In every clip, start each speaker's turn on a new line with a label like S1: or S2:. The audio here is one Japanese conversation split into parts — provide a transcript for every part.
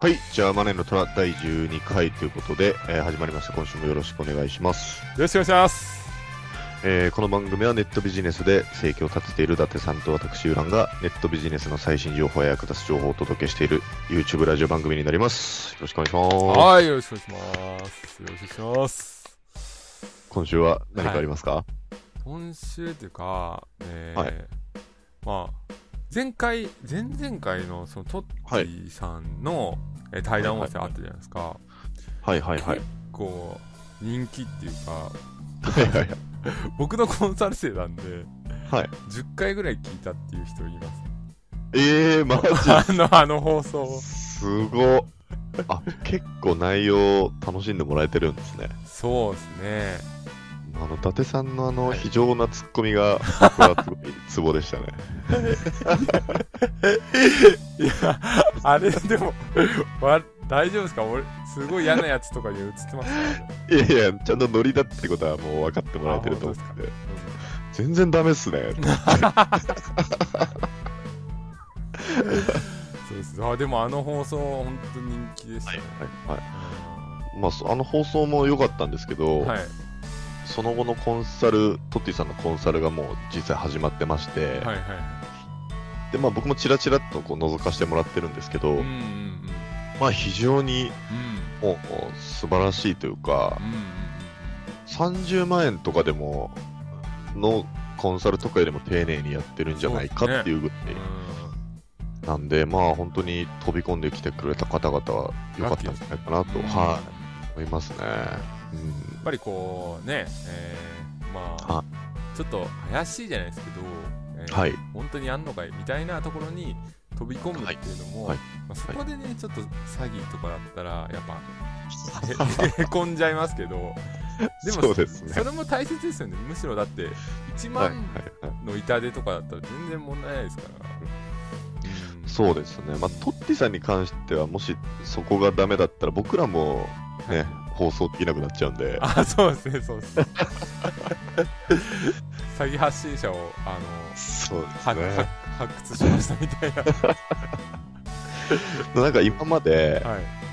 S1: はい。じゃあ、マネーの虎第12回ということで、えー始まりました。今週もよろしくお願いします。
S2: ろしくお願いします。
S1: えーこの番組はネットビジネスで生計を立てている伊達さんと私、ウランがネットビジネスの最新情報や役立つ情報をお届けしている YouTube ラジオ番組になります。よろしくお願いします。
S2: はい、よろしくお願いします。よろしくお願いします。
S1: 今週は何かありますか、
S2: 今週っていうか、えー
S1: はい
S2: まあ、前回、前々回のそのトッティさんの、えー対談音声あったじゃないですか。
S1: はい、はい、はい。
S2: 結構人気っていうか、
S1: はい、はい、
S2: 僕のコンサル生なんで、
S1: はい。
S2: 10回ぐらい聞いたっていう人いま
S1: えー、マジ
S2: す。あの、あの放送を。
S1: すごっあ、結構内容楽しんでもらえてるんですね。
S2: そうですね。
S1: あの、伊達さんのあの、
S2: はい
S1: 非常なツッコミが、僕はすごいツボでした ね。
S2: いや、あれでも、わ大丈夫ですか俺、すごい嫌なやつとかに映ってますか
S1: いやいや、ちゃんとノリだってことはもう分かってもらえてると思
S2: あ
S1: うん
S2: 本当
S1: で、全然ダメっすね。
S2: そうです。あ、でもあの放送、本当人気でしたね。
S1: はいまあ、そあの放送も良かったんですけど、
S2: うんはい。
S1: その後のコンサル、トッティさんのコンサルがもう実際始まってまして、
S2: はいは
S1: でまあ、僕もちらちらっとこう覗かせてもらってるんですけど、
S2: い。うんうんうん。
S1: まあ、非常に
S2: うん
S1: もうもう素晴らしいというか、
S2: うんうん
S1: 30万円とかでものコンサルとかよりも丁寧にやってるんじゃないかっていうぐら
S2: うん
S1: いなんで、まあ本当に飛び込んできてくれた方々は良かったんじゃないかなと、
S2: うん
S1: は
S2: や
S1: い、思いますね。うん
S2: っぱりこうね、えーまあ、
S1: は
S2: ちょっと怪しいじゃないですけど、えー
S1: はい
S2: 本当にやんのかいみたいなところに飛び込むっていうのも、
S1: はいはい
S2: まあ、そこでね、ちょっと詐欺とかだったらやっぱへへこんじゃいますけどでも
S1: そうですね
S2: それも大切ですよねむしろだって1
S1: はいはい
S2: 万
S1: はい
S2: の痛手とかだったら全然問題ないですから、うん
S1: そうですね、まあ、トッティさんに関しては、もしそこがダメだったら、僕らもね、放送できなくなっちゃうんで、
S2: あそうですねそ うですね詐欺発信者をあの
S1: そうで
S2: は
S1: す
S2: は
S1: ね、
S2: 発掘しましたみたいな
S1: なんか今まで、
S2: はい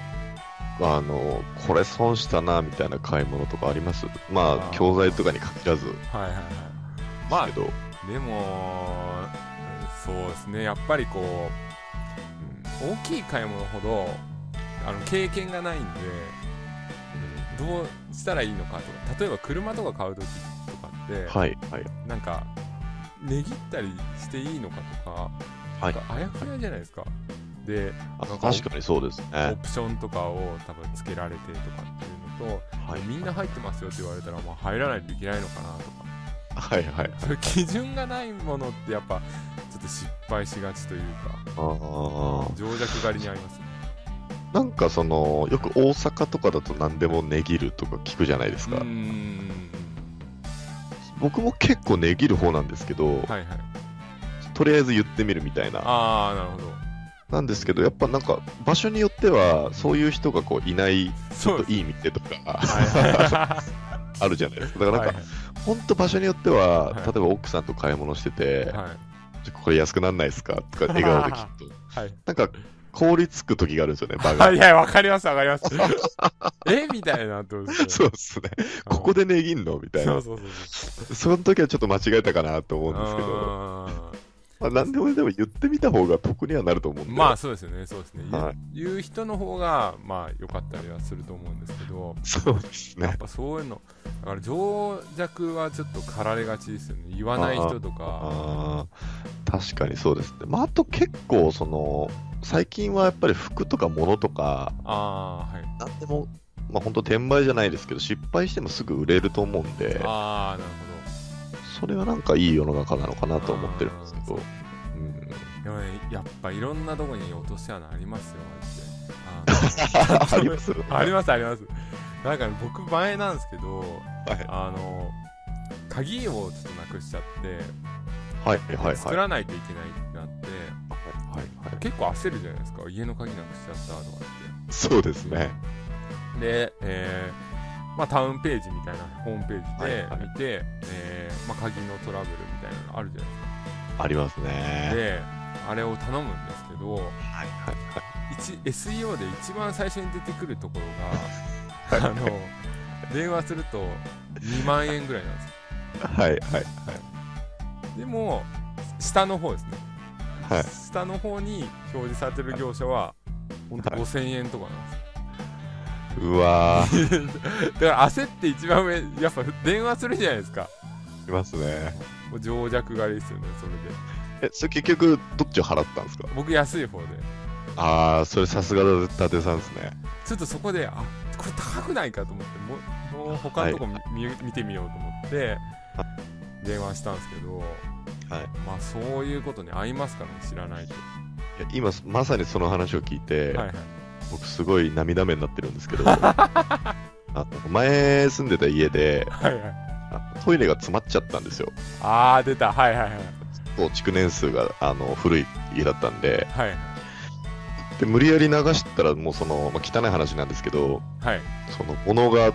S1: あのこれ損したなみたいな買い物とかありますまあ
S2: あー
S1: 教材とかに限らずです
S2: はいはいはいまあ
S1: けど、
S2: でもそうですねやっぱりこう、うん大きい買い物ほどあの経験がないんでどうしたらいいのかとか例えば車とか買う時とかって、
S1: はいはい
S2: なんか値切ったりしていいのかとか,、
S1: はい
S2: なんかあやふやじゃないですか、で
S1: あ
S2: なんか
S1: 確かにそうですね
S2: オプションとかを多分つけられてとかっていうのと、
S1: はい
S2: みんな入ってますよって言われたら、まあ、入らないといけないのかなとか
S1: はいはい
S2: そういう基準がないものってやっぱちょっと失敗しがちという
S1: あー
S2: か情弱狩りにありますね
S1: なんかそのよく大阪とかだと何でも値切るとか聞くじゃないです
S2: う
S1: か、
S2: ーん
S1: 僕も結構値切る方なんですけど、
S2: はいはい
S1: とりあえず言ってみるみたいな
S2: ああなるほど
S1: なんですけどやっぱなんか場所によってはそういう人がこういない
S2: そうです
S1: いい店とか
S2: はいは
S1: あるじゃないですかだか
S2: い
S1: らなんか、
S2: はい
S1: ほんと場所によっては、
S2: はい
S1: 例えば奥さんと買い物して て、
S2: はい
S1: ちょこれ安くなんないですかとか笑顔できっと
S2: はい
S1: なんか凍りつく時があるんですよね場 が
S2: はいはいわかりますわかりますえみたいなってことですよね
S1: そうですねここで値切んのみたい
S2: そ
S1: な
S2: うそうそうそ
S1: その時はちょっと間違えたかなと思
S2: う
S1: うんですけど、
S2: あ
S1: まあ、何でもでも言ってみた方が得にはなると思うん
S2: ー
S1: で、
S2: まあそうですよねそうですね、
S1: はい
S2: 言う言う人の方がまあ良かったりはすると思うんですけど
S1: そうです
S2: やっ
S1: ね。
S2: ぱそういうのだから情弱はちょっと駆られがちですよね言わない人とか
S1: あー確かにそうですね。まあ、あと結構、その、最近はやっぱり服とか物とか、
S2: ああーはい
S1: 何でも、まあ、本当転売じゃないですけど、失敗してもすぐ売れると思うんで、
S2: ああなる
S1: それはなんかいい世の中なのかなと思ってるんですけど、うん、
S2: ほどでもねやっぱいろんなとこに落とし穴ありますよあれっ て
S1: あります
S2: あのありますありますなんかね僕前なんですけど
S1: はい
S2: あの鍵をちょっとなくしちゃって
S1: はいはいはい。
S2: 作らないといけないってなって、結構焦るじゃないですか家の鍵なくしちゃったとかっ
S1: そうですね。
S2: てで、えーまあ、タウンページみたいなホームページで
S1: はいはい
S2: 見て、えーまあ、鍵のトラブルみたいなのあるじゃないです
S1: あります
S2: か
S1: ね。
S2: であれを頼むんですけど
S1: はいはいはい。
S2: 一 SEO で一番最初に出てくるところがあの電話すると2万円ぐらいなんですよ
S1: はいはい
S2: でも下の方ですね
S1: はい。
S2: 下の方に表示されてる業者は本当
S1: はい
S2: 5000円とかなんで
S1: うわー、
S2: すだから焦って一番上やっぱ電話するじゃないですか
S1: いますね。
S2: もう情弱狩りですよねそれで
S1: え、それ結局、どっちを払ったんですか
S2: 僕安い方で
S1: ああ、それさすが伊達さんですね。
S2: ちょっとそこであこれ高くないかと思ってもうもう他のとこ見,見、見てみようと思って
S1: は
S2: 電話したんですけど、
S1: はい
S2: まあそういうことに合いますからね知らないと、
S1: いや今、まさにその話を聞いて、
S2: はいはい
S1: 僕、すごい涙目になってるんです けど、あの前住んでた家で、
S2: はいはい
S1: あのトイレが詰まっちゃったんですよ。
S2: ああ出たはいはいはい
S1: もう築年数があの古い家だったんで
S2: はい
S1: で、無理やり流したら、もうその、まあ、汚い話なんですけど、
S2: はい
S1: その物が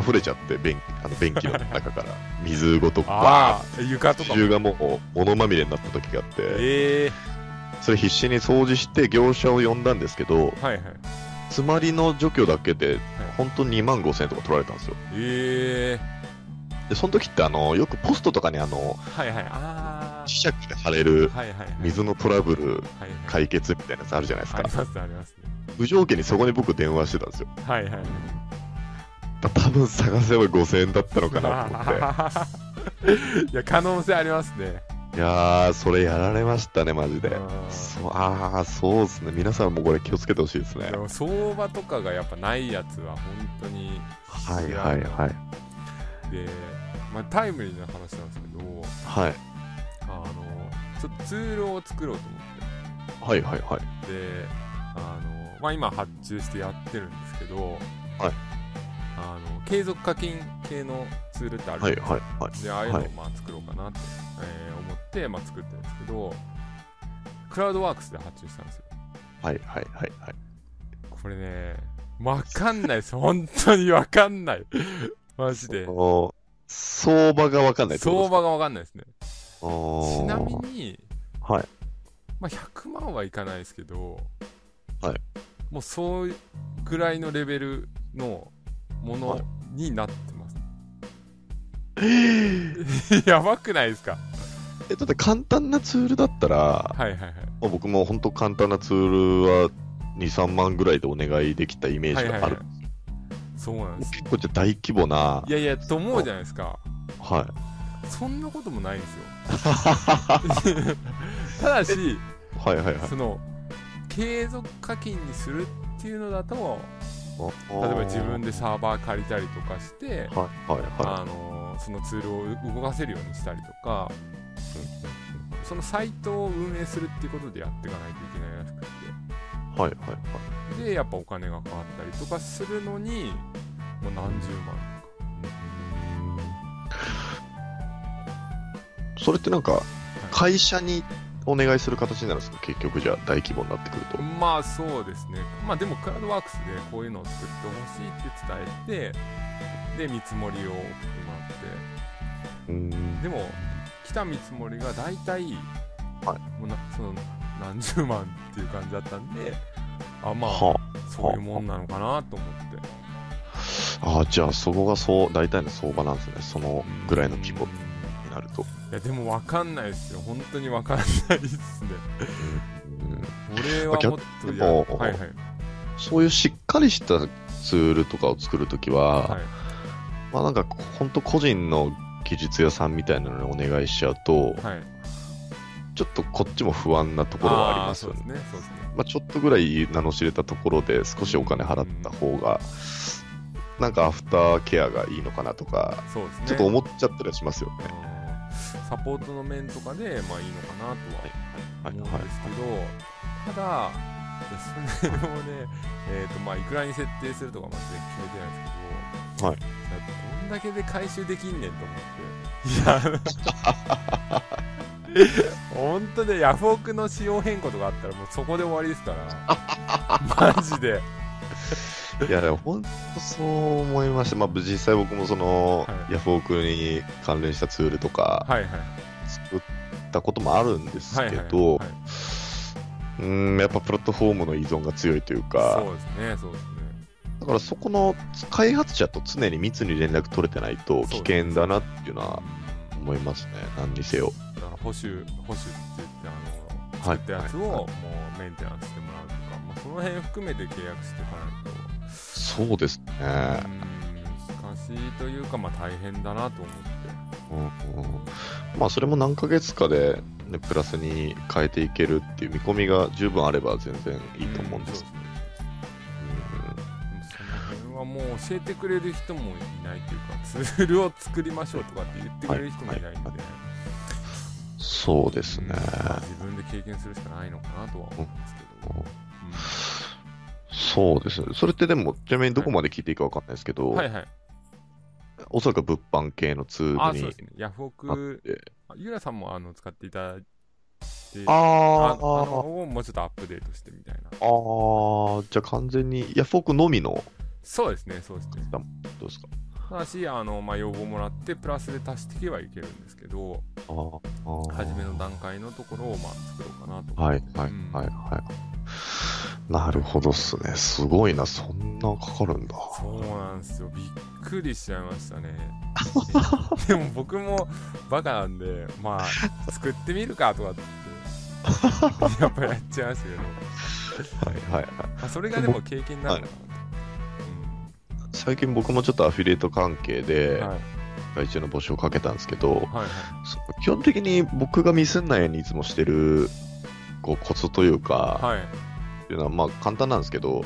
S1: 溢れちゃって、便あの便器の中 から、水ごとバ
S2: ああ床
S1: ー
S2: と
S1: ン
S2: か
S1: 中
S2: も
S1: がもう物まみれになった時があって、
S2: ええ
S1: それ必死に掃除して業者を呼んだんですけど、
S2: はいはい
S1: 詰まりの除去だけで、本当に2万5000円とか取られたんですよ。
S2: ええ
S1: で、その時ってあの、よくポストとかにあの、
S2: はいはいあ
S1: 磁石で貼れる
S2: あはいはいはい
S1: 水のトラブル
S2: はいはい
S1: 解決みたいなやつあるじゃないですか
S2: あり。ますねありますね
S1: 無条件にそこに僕電話してたんですよ。
S2: はいはい
S1: だ多分探せば5000円だったのかなと思って。
S2: いや可能性ありますね
S1: いやー、それやられましたね、マジで。
S2: うん
S1: そうあー、そうですね。皆さんもこれ気をつけてほしいですね
S2: で。も相場とかがやっぱないやつは本当に
S1: はいはいはい。
S2: で、まあ、タイムリーな話なんですけど
S1: はい。
S2: あのちょっとツールを作ろうと思
S1: はいはいはい。
S2: ってであの、まあ、今発注してやってるんですけど、
S1: はい
S2: あの継続課金系のツールってある
S1: は
S2: じゃないいですか
S1: はいはい。
S2: でああいうの
S1: は
S2: をまあ作ろうかなって、えー思って、まあ、作ってるんですけどクラウドワークスで発注したんですよ
S1: はいはいはいはい。
S2: これねわかんないです本当にわかんないマジで
S1: その相場がわかんないってこと
S2: 相場がわかんないですね
S1: ですかおー
S2: ちなみに、
S1: はい。
S2: まあ、100万はいかないですけど、
S1: はい
S2: もうそうぐらいのレベルのも
S1: は
S2: の
S1: い
S2: になってます、 やばくないですか
S1: え、だって簡単なツールだったら、
S2: はいはいはい
S1: まあ僕も本当簡単なツールは2、3万ぐらいでお願いできたイメージがある。
S2: はいはいはいそうなんです
S1: 結構じゃあ大規模な、
S2: いやいやと思うじゃないですか
S1: はい。
S2: そんなこともないんですよ ただし
S1: はいはいはい。
S2: その継続課金にするっていうのだと例えば自分でサーバー借りたりとかして
S1: あー。はいはいは
S2: あのーそのツールを動かせるようにしたりとか、そのサイトを運営するっていうことでやっていかないといけないらし
S1: い。はいはいはい。
S2: くてでやっぱお金がかかったりとかするのにもう何十万
S1: それってなんか、会社にお願いする形になるんですか結局じゃあ大規模になってくると。
S2: まあそうですねまあでもクラウドワークスでこういうのを作ってほしいって伝えてで見積もりを送ってもらっ
S1: うん
S2: てでも来た見積もりが大体、
S1: はい
S2: もうなその何十万っていう感じだったんであまあ
S1: は
S2: そういうもんなのかなと思って
S1: あ、あーじゃあそこがそう、大体の相場なんですね。そのぐらいの規模
S2: うんい
S1: になると。
S2: やでも分かんないですよ本当に分かんないですね
S1: うん
S2: 俺はもっと
S1: 逆で
S2: や
S1: も
S2: はいはい
S1: そういうしっかりしたツールとかを作るときは、
S2: はい
S1: まあなんか本当個人の技術屋さんみたいなのにお願いしちゃうと、
S2: はい
S1: ちょっとこっちも不安なところはあります
S2: そう
S1: よ
S2: で
S1: ね
S2: す。ねそうですね
S1: まあ、ちょっとぐらい名の知れたところで少しお金払った方が、なんかアフターケアがいいのかなとか、
S2: そうですね
S1: ちょっと思っちゃったりはしますよね。
S2: うんサポートの面とかでまあいいのかなとは
S1: はい
S2: 思
S1: は
S2: うんですけど、ただいやそれをねえっ、とまあいくらに設定するとかまで決めて
S1: は
S2: ないですけど
S1: い
S2: やどんだけで回収できんねんと思っていや 本当でヤフオクの仕様変更とかあったらもうそこで終わりですからマジで、はい
S1: いや、でも本当そう思いました。まあ、実際僕もその、
S2: は
S1: ヤフオクに関連したツールとか
S2: はいはい
S1: 作ったこともあるんです
S2: はい
S1: け
S2: はい
S1: ど、
S2: はいう
S1: ーん、やっぱプラットフォームの依存が強いというか、
S2: そうですねそうですね
S1: だからそこの開発者と常に密に連絡取れてないと危険だなっていうのは思いますね。何にせよ。
S2: だから補修補修って言ってあの
S1: は
S2: 作
S1: い
S2: ったやつを
S1: はい
S2: もうメンテナンスしてもらうとか、まあ、その辺含めて契約していかないと
S1: そうですね。
S2: うん難しいというか、まあ、大変だなと思って、
S1: うんうんまあ、それも何ヶ月かで、ね、プラスに変えていけるっていう見込みが十分あれば全然いいと思うんです。
S2: そうですねでもその辺はもう教えてくれる人もいないというかツールを作りましょうとかって言ってくれる人もいないんで、
S1: はいはそうですね
S2: う。んまあ自分で経験するしかないのかなとは思うんですけど、
S1: そうですね。それってでも、ちなみにどこまで聞いていいかわかんないですけど、
S2: うんはいはい
S1: おそらく物販系のツー
S2: あ
S1: ル
S2: そう
S1: に
S2: ですねヤフオ
S1: なっ
S2: ク
S1: て。
S2: あゆらさんもあの使っていただいて
S1: あ
S2: あ
S1: あ
S2: のあ
S1: ー、
S2: のをもうちょっとアップデートしてみたいな
S1: あーじゃあ完全にヤフオクのみの、
S2: そうですねそうですね
S1: どうですか
S2: ただしあの、まあ、要望もらってプラスで足していけばいけるんですけど
S1: あーあー。
S2: 初めの段階のところをまあ作ろうかなと
S1: はいは
S2: 思っ
S1: い
S2: て
S1: はい
S2: うん
S1: はい。なるほどっすね。すごいな、そんなかかるんだ。
S2: そうなんですよびっくりしちゃいまし たねでも僕もバカなんでまあ作ってみるかとかって やっぱやっちゃいましたけど、
S1: はいはいはい。
S2: まあ、それがでも経験になるのか
S1: 最近僕もちょっとアフィリエイト関係で
S2: なと、うんはい
S1: 外注の募集をかけたんですけど、
S2: はいはい
S1: そう基本的に僕がミスんないようにいつもしてるこうコツというか、
S2: はい
S1: っていうのはまあ簡単なんですけど、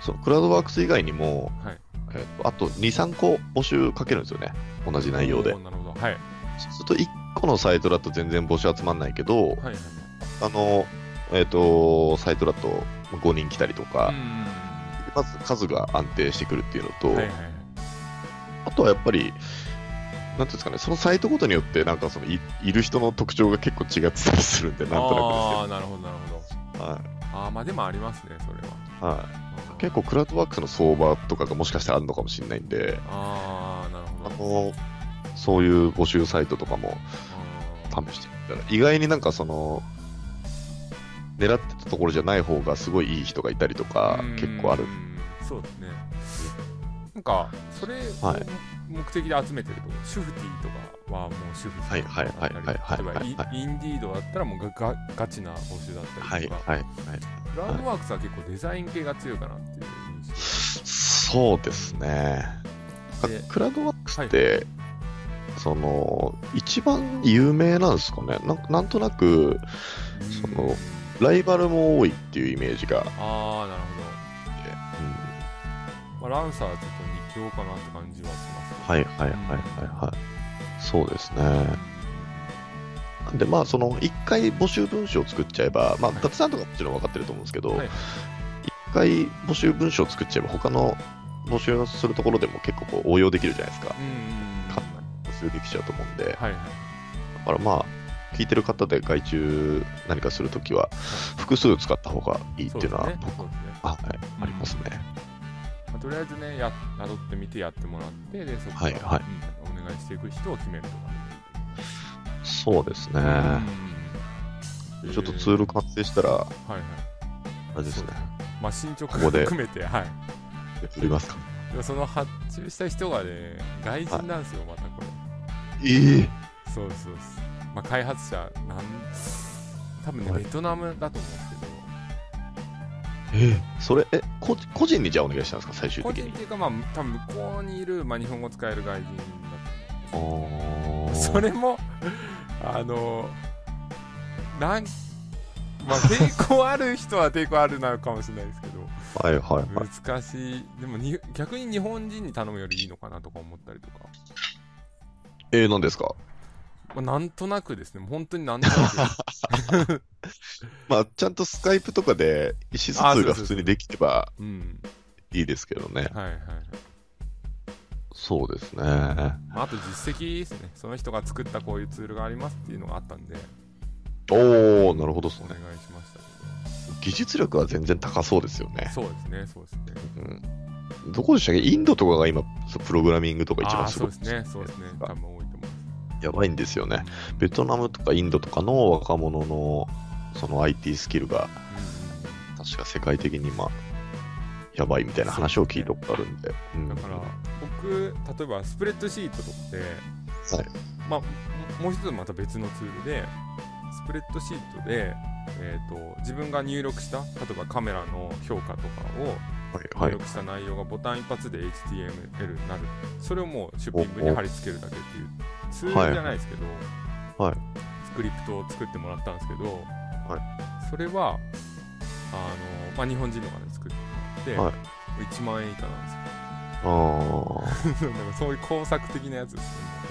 S1: そのクラウドワークス以外にも、
S2: はい
S1: えっとあと2、3個募集かけるんですよね、同じ内容で
S2: お。ーなるほどはい
S1: そうすると1個のサイトだと全然募集集まんないけど、
S2: はいはい
S1: あのえっとサイトだと5人来たりと
S2: は
S1: か
S2: い、うん
S1: まず数が安定してくるっていうのと、
S2: はいはいはい
S1: あとはやっぱり、なんていうんですかね、そのサイトごとによって、なんかそのい、いる人の特徴が結構違ってたりするんで、なん
S2: あ
S1: と
S2: あーなるほどなるほど
S1: なくですけど、はい
S2: ああまあでもありますねそれは
S1: はい、
S2: うん
S1: 結構、クラウドワークスの相場とかがもしかしたらあるのかもしれないんで、
S2: ああなる
S1: あ
S2: ほど
S1: のそういう募集サイトとかも試してみたら、意外になんかその、狙ってたところじゃない方がすごいいい人がいたりとか、結構ある
S2: う。んそうですねなんかそれを
S1: はい
S2: 目的で集めてると、シュフティとかはもう主婦
S1: はいはいはいはいはい
S2: 例えばイ
S1: はいは
S2: インディードだったらもうががガチな募集だった
S1: は
S2: り
S1: い
S2: とか、
S1: はいはい。
S2: クラウドワークスは結構デザイン系が強いかなっていう印
S1: そうですね。
S2: 象で
S1: クラウドワークスって、その一番有名なんですかねなんなんとなくその
S2: うん
S1: ライバルも多いっていうイメージが、
S2: ああなるほど、まあ、ランサーはちょっと二強かなって感じはしますね
S1: はいはいはいはいはいそうですねでまあその1回募集文章を作っちゃえばまあ
S2: はい
S1: 達さんとかもちろん分かってると思うんですけど、
S2: はい
S1: 1回募集文章を作っちゃえば他の募集のするところでも結構こう応用できるじゃないですか
S2: うんうん
S1: か募集できちゃうと思うんで、
S2: はい
S1: だ
S2: はい
S1: からまあ聞いてる方で外注何かするときは複数使った方がいいっていうのは
S2: そうですね
S1: 僕
S2: そうですね
S1: あはいありますね。
S2: まあとりあえずねや辿ってみてやってもらってでそこ
S1: は
S2: から、
S1: いはい
S2: うんお願いしていく人を決めるとか、
S1: そうですね。
S2: うん
S1: ちょっとツール完成したら、
S2: はいはい
S1: あれですね。
S2: まあ進捗
S1: ここで
S2: 含めてはい
S1: 売りますか。
S2: でもその発注した人がね外人なんですよ、またこれ
S1: ええ
S2: そうそうですまあ開発者なん多分ね
S1: はい
S2: ベトナムだと思うんですけど
S1: それ、え、こ個人にじゃあお願いしたんですか、最終
S2: 個
S1: 的
S2: 人っ
S1: に。
S2: ていうかまあ多分向こうにいる、まあ、日本語使える外人だ
S1: あ
S2: と思
S1: ー
S2: う それもあのなんまあ抵抗ある人は抵抗あるなのかもしれないですけど
S1: はいはいはい。
S2: 難しいでもに逆に日本人に頼むよりいいのかなとか思ったりとか、
S1: えー、何ですか
S2: まあ、なんとなくですね本当になんとなく
S1: まあ、ちゃんとスカイプとかで意思疎
S2: あそ
S1: 通
S2: うそう
S1: が
S2: そ
S1: 普
S2: う
S1: 通にできれば
S2: うん
S1: いいですけどね。
S2: はいはいはい、
S1: そうですね。
S2: まあ、あと実績ですねその人が作ったこういうツールがありますっていうのがあったんで
S1: おー、なるほどっす
S2: お
S1: ね
S2: 願。いしましたけ
S1: 技術力は全然高そうですよ
S2: ど
S1: ね。
S2: そうですねそうですね
S1: うん。どこでしたっけインドとかが今、そうプログラミングとか一
S2: ああ
S1: 番
S2: ー
S1: す
S2: そ
S1: ご
S2: う
S1: い
S2: ですねそうですね多分多いと思います
S1: やばいんですよね。ベトナムとかインドとかの若者のその IT スキルが
S2: うんうんうん
S1: 確か世界的に今やばいみたいな話を聞いたことあるんで。うん
S2: だから僕例えばスプレッドシートとって、
S1: はい
S2: まあ、ももう一つまた別のツールでスプレッドシートで、えー、と自分が入力した例えばカメラの評価とかを
S1: はい
S2: 入
S1: はい。
S2: 力した内容がボタン一発で HTML になる、それをもう出品部に貼り付けるだけっていうツールじゃないですけど、
S1: はい
S2: スクリプトを作ってもらったんですけど、
S1: は
S2: それはあの、まあ、日本人の方で作って、
S1: はい
S2: 1万円以下なんですよ
S1: ああ。
S2: なんかそういう工作的なやつですね。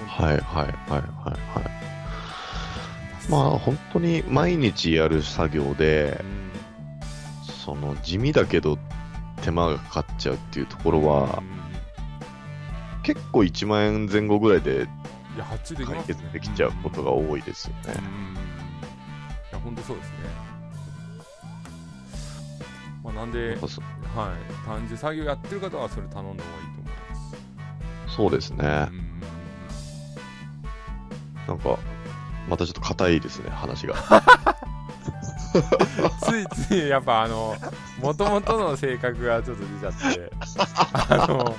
S1: はいはいはいはいはい。まあ本当に毎日やる作業で
S2: う、ん
S1: その地味だけど手間がかかっちゃうっていうところは
S2: う、ん
S1: 結構1万円前後ぐらいで
S2: いや、発注でき
S1: 解
S2: ます、ね、
S1: 決できちゃうことが多いですよ
S2: うん。
S1: ね。
S2: いや、本当そうですね。まあ、なんで、
S1: や
S2: は
S1: っ
S2: い
S1: ぱそ、
S2: 単純作業やってる方はそれ頼んだ方がいいと思います。
S1: そうですね
S2: う。ん
S1: なんか、またちょっと硬いですね、話が。
S2: ついついやっぱあのもともとの性格がちょっと出ちゃって あの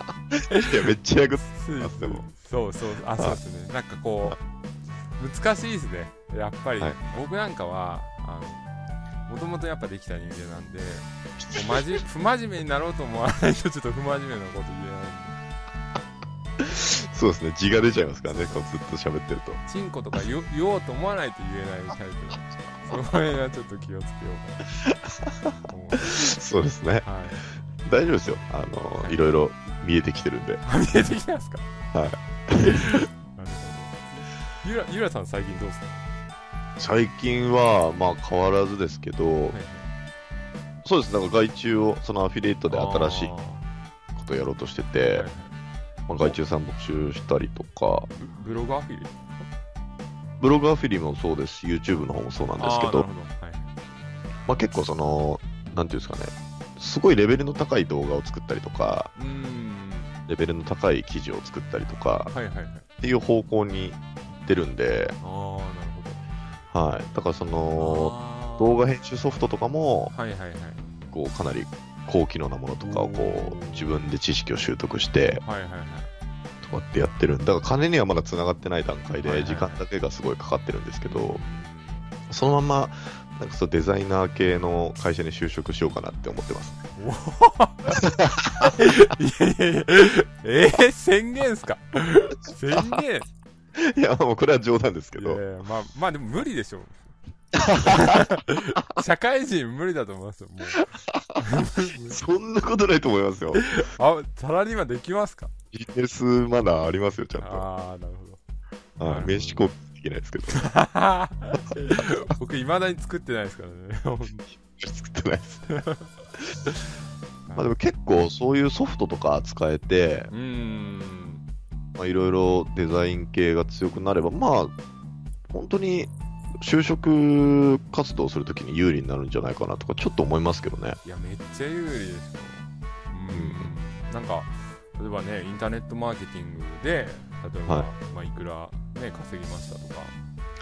S1: いや、めっちゃ役立
S2: ついつい
S1: でも
S2: そうそうあそうですねなんかこう難しいですねやっぱり、
S1: はい
S2: 僕なんかはあのもともとやっぱできた人 間なんでもうまじ不真面目になろうと思わないとちょっと不真面目なこと言えない
S1: つ そうですね、字が出ちゃいますからね、こうずっと喋ってると。
S2: チンコとか言お言おうと思わないと言えないタイプなんでその辺はちょっと気をつけよ うかなもう
S1: そうですね、
S2: はい
S1: 大丈夫ですよ。あの、いろいろ見えてきてるんで。
S2: はみ出てきたんですか
S1: はい
S2: なるほどゆらゆらさん最近どうですか、
S1: 最近は、まあ変わらずですけど、
S2: はい
S1: そうですね、なんか外注を、そのアフィリエイトで新しい
S2: あ
S1: ことをやろうとして
S2: ー
S1: て、
S2: はいはい
S1: まあ、外注さん募集したりとか、
S2: ブブログアフィリ
S1: ブログアフィリもそうですし、YouTube の方もそうなんですけ
S2: あーなる
S1: ど、
S2: ほど、はい
S1: まあ、結構その、なんていうんですかね、すごいレベルの高い動画を作ったりとか、
S2: うーん
S1: レベルの高い記事を作ったりとか
S2: はいはいはい
S1: っていう方向に出るんで、
S2: ああなる
S1: はい、だからそ
S2: ほど
S1: の
S2: あー
S1: 動画編集ソフトとかも
S2: はいはいはい
S1: こうかなり高機能なものとかをこ
S2: お
S1: う
S2: ー
S1: 自分で知識を習得して
S2: はいはいはい
S1: とかってやってるんでだから金にはまだつながってない段階
S2: はい
S1: で
S2: はい
S1: 時間だけがすごいかかってるんですけ
S2: う
S1: ど
S2: ん
S1: そのまんまなんかそうデザイナー系の会社に就職しようかなって思ってます
S2: いやいやいやえー、宣言っすか宣言
S1: いやもうこれは冗談ですけ
S2: いやい
S1: ど
S2: やまあまあでも無理 でしょ社会人無理だと思いますよも う
S1: そんなことないと思いますよ
S2: あサラリーマンできますか
S1: ビジネスマナーありますよちゃんと
S2: ああなるほど
S1: はい名
S2: なるほど
S1: 刺交換できないですけど
S2: 僕いまだに作ってないですからね本当に
S1: 作ってない ですまあでも結構そういうソフトとか使えて
S2: うーん
S1: まあいろいろデザイン系が強くなればまあ本当に就職活動するときに有利になるんじゃないかなとかちょっと思いますけどね
S2: いやめっちゃ有利でしょうんなんか例えばねインターネットマーケティングで例えば、
S1: はい
S2: まあ、いくら、ね、稼ぎましたとか、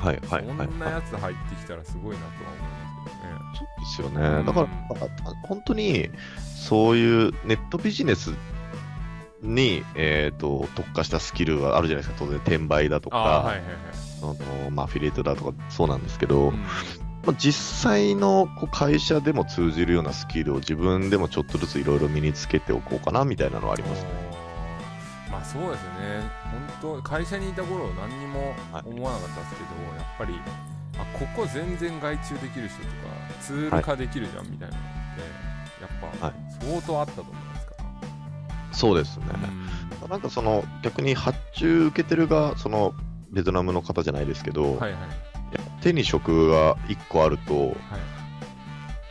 S1: はいはいはい、
S2: そんな
S1: はい、
S2: やつ入ってきたらすごいなとは思いますけど
S1: そうで
S2: ね
S1: すよ
S2: う
S1: ね
S2: ん
S1: だからなんか本当にそういうネットビジネスに、えー、と特化したスキルはあるじゃないですか当然転売だとか
S2: ああーはいはいはい、
S1: あのまあ、アフィリエイトだとかそうなんですけど、
S2: うん
S1: まあ、実際のこう会社でも通じるようなスキルを自分でもちょっとずついろいろ身につけておこうかなみたいなのはありますね。
S2: おーまあそうですよね本当会社にいた頃何にも
S1: はい
S2: 思わなかったですけど、やっぱりあここ全然外注できる人とかツール化できるじゃんみたいなのって、や
S1: は
S2: っぱ相当あったと思いますから、
S1: そうです ね。
S2: う
S1: なんかその逆に発注受けてるが、そのベトナムの方じゃないですけど、
S2: んはいはい
S1: 手に職が1個あると
S2: はい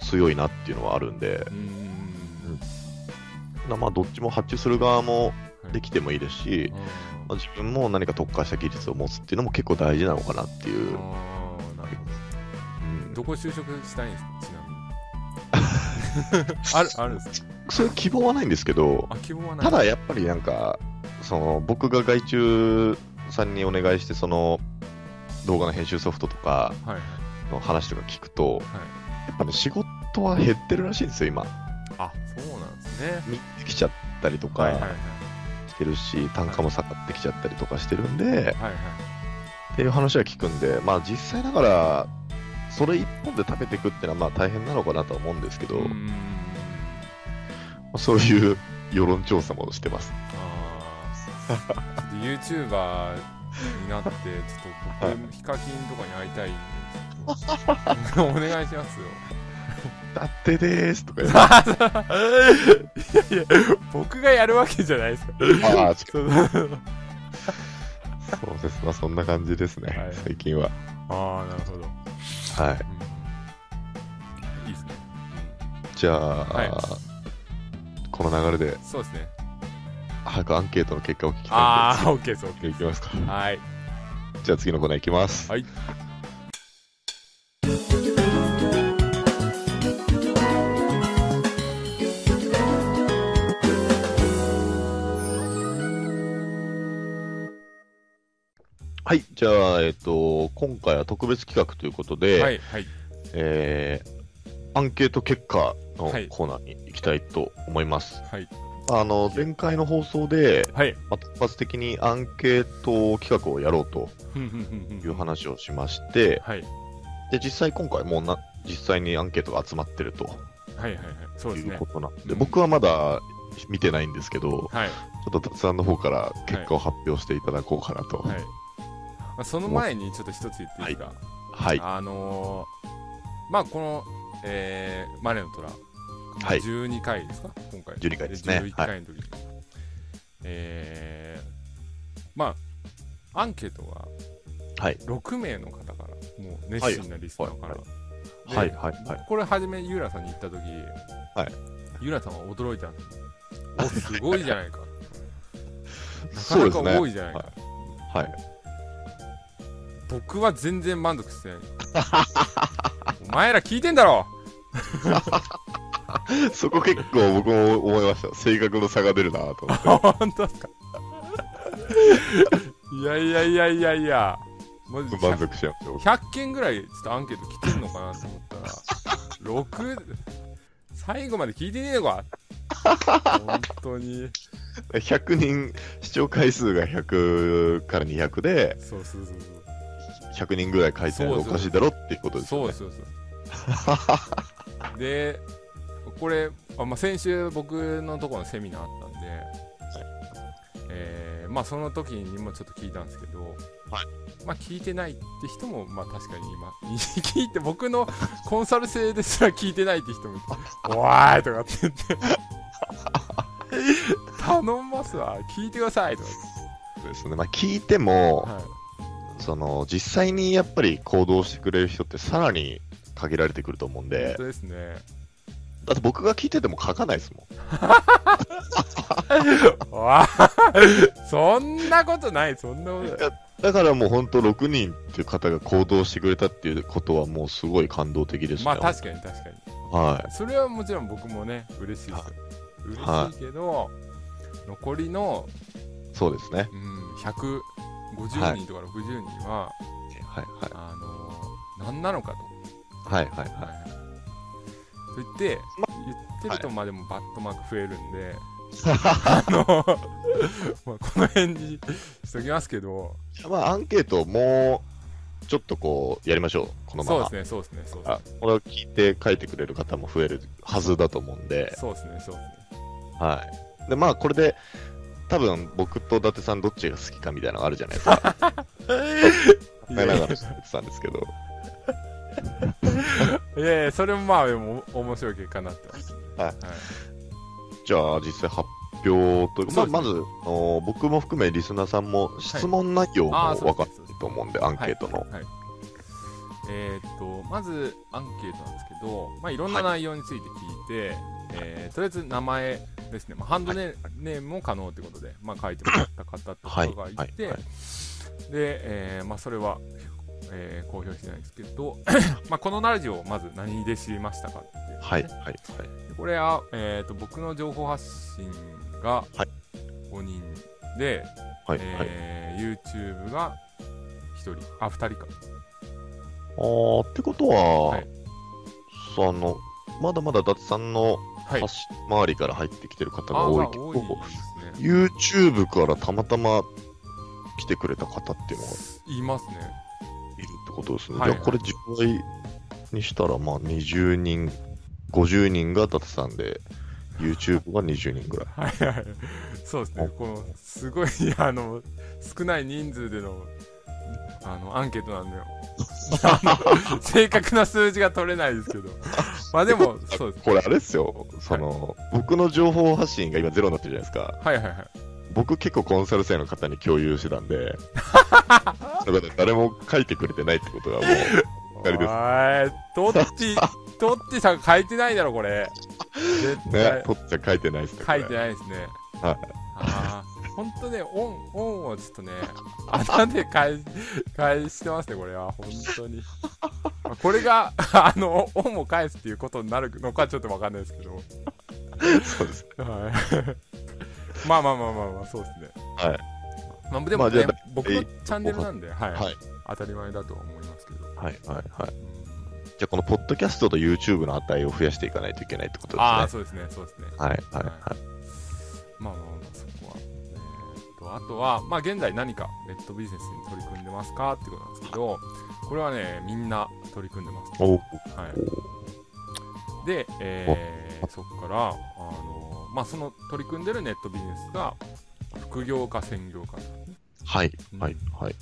S1: 強いなっていうのはあるんで、
S2: うんうんうんうん
S1: まあどっちも発注する側も
S2: はい
S1: できてもいいですし、
S2: あ
S1: まあ、自分も何か特化した技術を持つっていうのも結構大事なのかなっていう。
S2: ーあーなるほどどこ就職したいんですかちなみに あるあるんですか
S1: そういう希望はないんですけど、
S2: あ希望はない
S1: ただやっぱりなんか、その僕が外注さんにお願いして、その動画の編集ソフトとか
S2: はいはい
S1: の話とか聞くと、
S2: はい
S1: やっぱね、仕事は減ってるらしいんですよ、今。
S2: あそうなんですね
S1: 見てきちゃったりと
S2: はいはいは
S1: か
S2: い
S1: してるし、単価も下がってきちゃったりとかしてるんで、
S2: はいはい
S1: っていう話は聞くんで、まあ実際だから、それ一本で食べていくってのはまあ大変なのかなとは思うんですけど、
S2: うーん
S1: まあそういう世論調査もしてます。
S2: あーちょっと YouTuber になってちょっと
S1: はい
S2: 僕もヒカキンとかに会いたいんで ちょっとお願いしますよ
S1: だってでーすとか言わ
S2: いやいや僕がやるわけじゃないですか
S1: れてああ、そ
S2: そ の
S1: うです。まあそんな感じですね、
S2: はい
S1: 最近は。
S2: ああなるほど、
S1: はい。
S2: うんいいですね、
S1: じゃあ、
S2: はい
S1: この流れで
S2: うんそうですね
S1: 早くアンケートの結果を聞きたいん
S2: ああ OK です
S1: です。い
S2: OK
S1: きますか。
S2: はい
S1: じゃあ次のコーナーいきます。
S2: はい
S1: はい。じゃあ、えっ、と、今回は特別企画ということで、
S2: はいはい
S1: えーアンケート結果の
S2: はい
S1: コーナーに行きたいと思います。
S2: はい
S1: あの、前回の放送で、
S2: はい
S1: まあ突発的にアンケート企画をやろうと
S2: ふんふんふん
S1: い
S2: ふん
S1: う話をしまして、
S2: はい
S1: で、実際今回もうな、実際にアンケートが集まってると
S2: はいはいはいそうで
S1: い
S2: す
S1: う
S2: ね
S1: ことなんで、
S2: うん
S1: 僕はまだ見てないんですけど、
S2: はい
S1: ちょっと達さんの方から結果を発表していただこうかなと。
S2: はい、まあ、その前にちょっと一つ言っていいですか、
S1: はい。
S2: あのー、まあこの、えー、マネの虎、
S1: はい
S2: 12回ですか今回
S1: 12回ですね
S2: 11回の時、えー、まあアンケートは
S1: はい。
S2: 6名の方からもう熱心なリスナーから、
S1: ははい。
S2: で
S1: はい。はい。
S2: これ初めユーラさんに言った時、
S1: はい
S2: ユーラさんは驚いたんですよおすごいじ ゃないか
S1: そう
S2: な
S1: です
S2: かな
S1: ね
S2: か多いじゃないか、
S1: はい。
S2: 僕は全然満足してない お前ら聞いてんだろ
S1: そこ結構僕も思いました。性格の差が出るなと思って。
S2: 本当ですか いやいやいやいやいやマジで
S1: 満
S2: 100,
S1: 足しちゃいま した僕
S2: 100件ぐらいちょっとアンケート来てんのかなと思ったら 6最後まで聞いてねえの か本当に
S1: 100人、視聴回数が100から200で、
S2: そうそうそうそう
S1: 100人ぐらい書いてある
S2: そう
S1: お
S2: そう
S1: かしいだろっていうことです
S2: そ
S1: よ
S2: う
S1: ね。
S2: そうそう。で、これ、あまあ、先週僕のところのセミナーあったんで、えーまあ、その時にもちょっと聞いたんですけど、
S1: は
S2: まあ、聞いてないって人も、まあ、確かに今、 聞いて、僕のコンサル生ですら聞いてないって人 もいて、おーいとかって言って、頼んますわ、聞いてくださいとか
S1: そうですね。まあ聞いても、
S2: 言って、はい
S1: その、実際にやっぱり行動してくれる人ってさらに限られてくると思うん
S2: 本
S1: で、
S2: 当ですね。
S1: だって僕が聞いてても書かないですもん。
S2: わそんなことない、そんなことない。
S1: だからもう本当6人っていう方が行動してくれたっていうことはもうすごい感動的ですね。
S2: まあ確かに確かに
S1: は
S2: それはもちろん僕もね嬉しいですよ
S1: は
S2: 嬉しいけど、残りの、
S1: い。そうですね。
S2: うん、150人とか60人は、
S1: はいはい。
S2: あのー何なのか
S1: はいはい
S2: と、
S1: は
S2: と言って、
S1: ま
S2: 言ってるとまあでもバットマーク増えるん で、あのまあこの辺にしときますけど
S1: い。まあアンケートもうちょっとこうやりましょう。このま
S2: そう
S1: ま。
S2: ですねそうですねそうですね
S1: あこれを聞いて書いてくれる方も増えるはずだと思うんで、
S2: そうですねそうですね
S1: はい。で、まあ、これで、多分僕と伊達さんどっちが好きかみたいなのがあるじゃないです か。考えながら喋ってたんですけど、
S2: いやいやそれもまあでも面白い結果になってます、
S1: はい
S2: はい、
S1: じゃあ実際発表というか、
S2: そ
S1: ま
S2: う
S1: あ、
S2: ですね
S1: まず、あの僕も含めリスナーさんも質問内容も
S2: あーそう
S1: 分
S2: で
S1: かる
S2: すねそうです
S1: と思うんで、アンケートの。
S2: はいえーっとまずアンケートなんですけど、まあ、いろんな内容について聞いて、えーとりあえず名前ですね、まあ、ハンドネ,、ネームも可能ということで、まあ、書いてもらった方とか
S1: はい。
S2: が
S1: はいい。
S2: て、
S1: はい
S2: で、えーまあ、それはえー公表してないんですけ ど、まあ、このラジオをまず何で知りましたかっていう、
S1: はい、はい、はい。
S2: でこれは、えー、と僕の情報発信が
S1: はい
S2: 5人で、
S1: はい、はい。
S2: えー YouTube が1人あ2人か
S1: あー、ってことは、
S2: はい
S1: その、まだまだ伊達さんの
S2: はい
S1: 端周りから入ってきてる方が
S2: あー
S1: 多
S2: まあ
S1: いけど、
S2: 多いですね
S1: YouTube からたまたま来てくれた方っていうのが
S2: いますね
S1: いるってことですね。
S2: はい
S1: じゃあこれ10倍にしたら、まあ20人、50人が伊達さんで、YouTube が20人ぐらい。
S2: はいはいそうです ねこのすごいあの少ない人数でのあのアンケートなんであの 正確な数字が取れないですけどまあでもそうです
S1: これあれですよ、その、僕の情報発信が今ゼロになってるじゃないですか。
S2: はいはいはい
S1: 僕結構コンサル生の方に共有してたん で、その方誰も書いてくれてないってことがもう、あれです
S2: おいトッチトッチさん書いてないだろこれ絶
S1: ね
S2: 対。
S1: とっちゃん書いてないですね。こ
S2: 書
S1: れ
S2: いてないですね
S1: はい
S2: ああ本当ねオンオンを ちょっとね頭で返返してますねこれは本当にまあこれがあのオンを返すっていうことになるのかちょっと分かんないですけど
S1: そうです。
S2: はい まあまあまあまあまあそうですね
S1: はい
S2: まあでも、
S1: まあじ
S2: ね
S1: ゃあ
S2: 僕のチャンネルなんで、はい
S1: はい
S2: 当たり前だと思いますけど、
S1: はいはいはい。
S2: うん
S1: じゃあこのポッドキャストと YouTube の値を増やしていかないといけないってことですね。
S2: あ
S1: は
S2: あ
S1: い
S2: そうですねそうですね
S1: はいはい。
S2: まあまあまあそこは、えー、とあとは、まあ、現在何かネットビジネスに取り組んでますかってことなんですけどこれはねみんな取り組んでます、
S1: お
S2: はい、で、えーそこから、あのまあ、その取り組んでるネットビジネスが副業か専業か
S1: はいはいはい。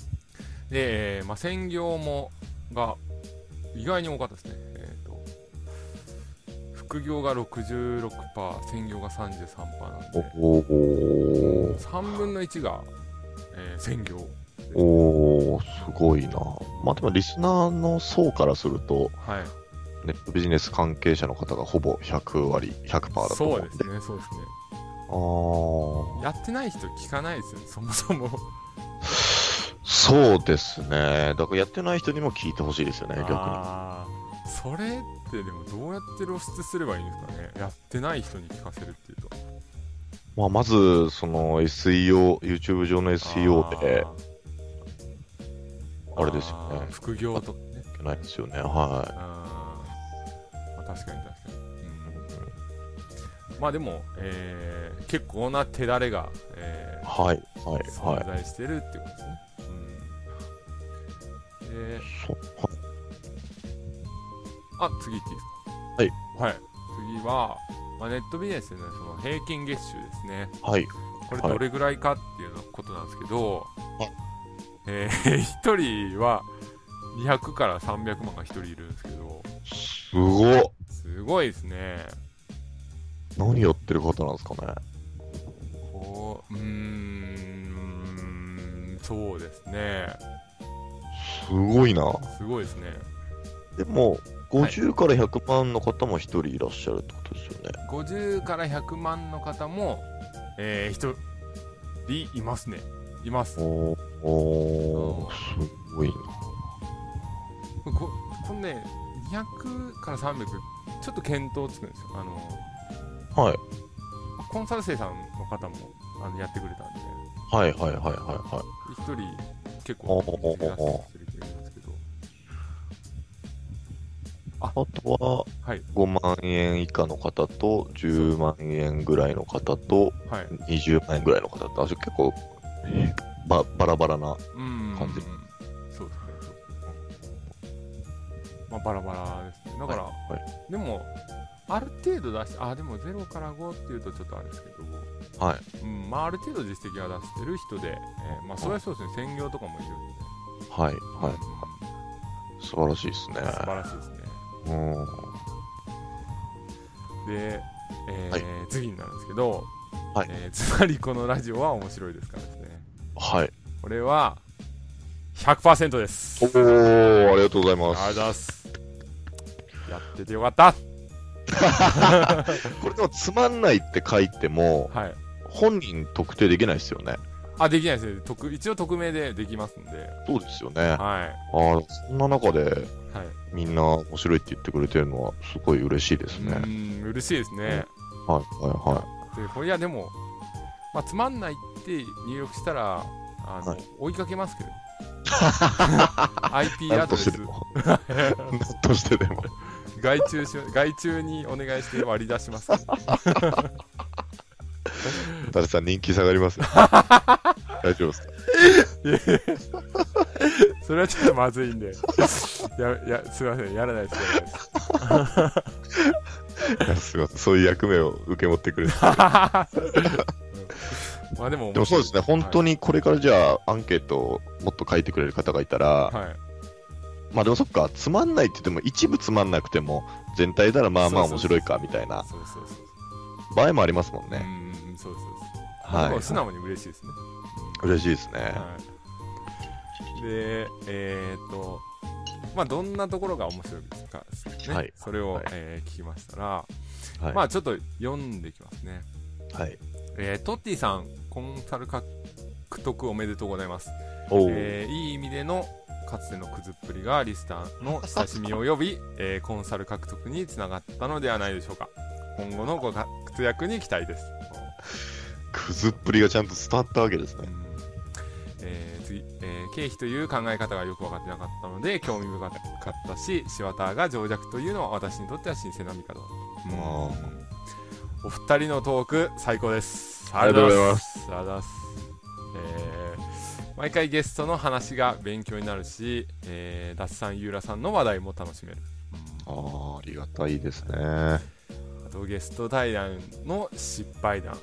S2: で、えーまあ、専業もが意外に多かったですね、えー、と副業が66%専業が33%なんで
S1: おお
S2: 3分の1が、えー専業
S1: おおすごいな。まあでもリスナーの層からすると、
S2: はい
S1: ネットビジネス関係者の方がほぼ100割、100%だと思
S2: そううんですねそうですね
S1: あー
S2: やってない人聞かないですよねそも そも
S1: そうですね。だからやってない人にも聞いてほしいですよね、逆に。
S2: あーそれってでもどうやって露出すればいいんですかねやってない人に聞かせるっていうと
S1: まあ、まず、その SEO、YouTube 上の SEO で、
S2: ー
S1: あれですよ
S2: あ
S1: ね
S2: ー。副業とかね
S1: いけないですよね。は
S2: あー、まあ、確かに確かに、うん、まあでも、えー結構な手だれが、え
S1: い。
S2: ー
S1: はい。はい。はい
S2: 存。在してるってことですね、うん、で
S1: そ
S2: あ、次行っていいですかはい。はい。次は、まあ、ネットビジネスのその平均月収ですね。
S1: はい。
S2: これ
S1: はい
S2: どれぐらいかっていうのことなんですけど、
S1: はい
S2: えー、1人 は200から300万が1人いるんですけど、
S1: すごっ
S2: すごいですね。
S1: 何やってる方なんですかね。
S2: こう、うーん、そうですね。
S1: すごいな。
S2: すごいですね。
S1: でも、
S2: はい
S1: 50から100万の方も一人いらっしゃるってことですよね。
S2: 50から100万の方も、えー、1人いますね。います。
S1: おーおーすごいな。
S2: ここのね200から300ちょっと見当つくんですよあの
S1: はい。
S2: コンサル生さんの方もあのやってくれたんで
S1: はいはいはいはいは
S2: 一人結
S1: お
S2: 構
S1: おおお
S2: 見つけ出してる人いるんですけど
S1: い。あとは、
S2: はい
S1: 5万円以下の方と、10万円ぐらいの方と、
S2: はい
S1: 20万円ぐらいの方って、あ結構、ば、バラバラな。
S2: うん
S1: 感じ
S2: そうですねそうですねまあバラバラですねだから、
S1: いは
S2: でもある程度出してあでも0から5っていうとちょっとあれですけど
S1: はい。
S2: うんまあある程度実績は出してる人で、えーまあそれはそうですね専業とかもいるんで
S1: はい。は
S2: うん
S1: い。素晴らしいですね。
S2: 素晴らしいですね。
S1: うん。
S2: で、えー
S1: はい
S2: 次になるんですけど、
S1: はい
S2: えーつまりこのラジオは面白いですからですね。
S1: はい。
S2: これは100%です。
S1: お
S2: ありがとう
S1: ー、ありがとうございま
S2: ご
S1: す。
S2: ざいます。やっててよかった。
S1: これでもつまんないって書いても、
S2: はい。
S1: 本人特定できないですよね。
S2: あできないですね匿一応匿名でできますんで
S1: そうですよね。あ
S2: はい
S1: あ、そんな中で
S2: はい
S1: みんな面白いって言ってくれてるのはすごい嬉しいですね。
S2: うーん嬉しいですね、
S1: はいはいはい。
S2: でこれいやでも、まあ、つまんないって入力したらあの、
S1: は
S2: 追いかけます けど IP ア
S1: 何
S2: ド
S1: と
S2: レ
S1: してで
S2: ス
S1: も。何としてでも。
S2: 外注し外注にお願いして割り出しますけど
S1: ダルさん人気下がり ますよ大丈夫ですか
S2: それはちょっとまずいんでややすいませんやらないですやらないです
S1: いやすいません。そういう役目を受け持ってくれて。
S2: まあでも
S1: でもそうですね、本当
S2: に
S1: にこれからじゃあアンケートをもっと書いてくれる方がいたら、
S2: はい、はい
S1: まあでもそっか、つまんないって言っても、一部つまんなくても、全体ならまあまあ面白いかみたいな
S2: そうそうそうそう
S1: 場合もありますもん
S2: う
S1: ね。
S2: んそうそうそう
S1: は
S2: だから
S1: い。
S2: 素直に嬉しいですね
S1: 嬉しいですね。
S2: はい、で、えーっと、まあ、どんなところが面白いですか、ね
S1: はい
S2: それを、
S1: はい
S2: えー聞きましたら、
S1: はい。
S2: まあ、ちょっと読んでいきますね。
S1: はい、
S2: えートッティさん、コンサル獲得おめでとうございます。
S1: おお、
S2: えーいい意味でのかつてのくずっぷりがリスタ ーの親しみを呼び、えーコンサル獲得につながったのではないでしょうか。今後のご活躍に期待です。
S1: くずっぷりがちゃんと伝わったわけですね。
S2: えー次、えー経費という考え方がよく分かってなかったので興味深かったしシワターが情弱というのは私にとっては新鮮な見方だうん
S1: あ
S2: お二人のトーク最高です
S1: ありがとうございます
S2: ありがとうございますえー毎回ゲストの話が勉強になるし、えー、ダッサンユーラさんの話題も楽しめる、
S1: ああ、ありがたいですね。は
S2: あとゲスト対談の失敗談
S1: い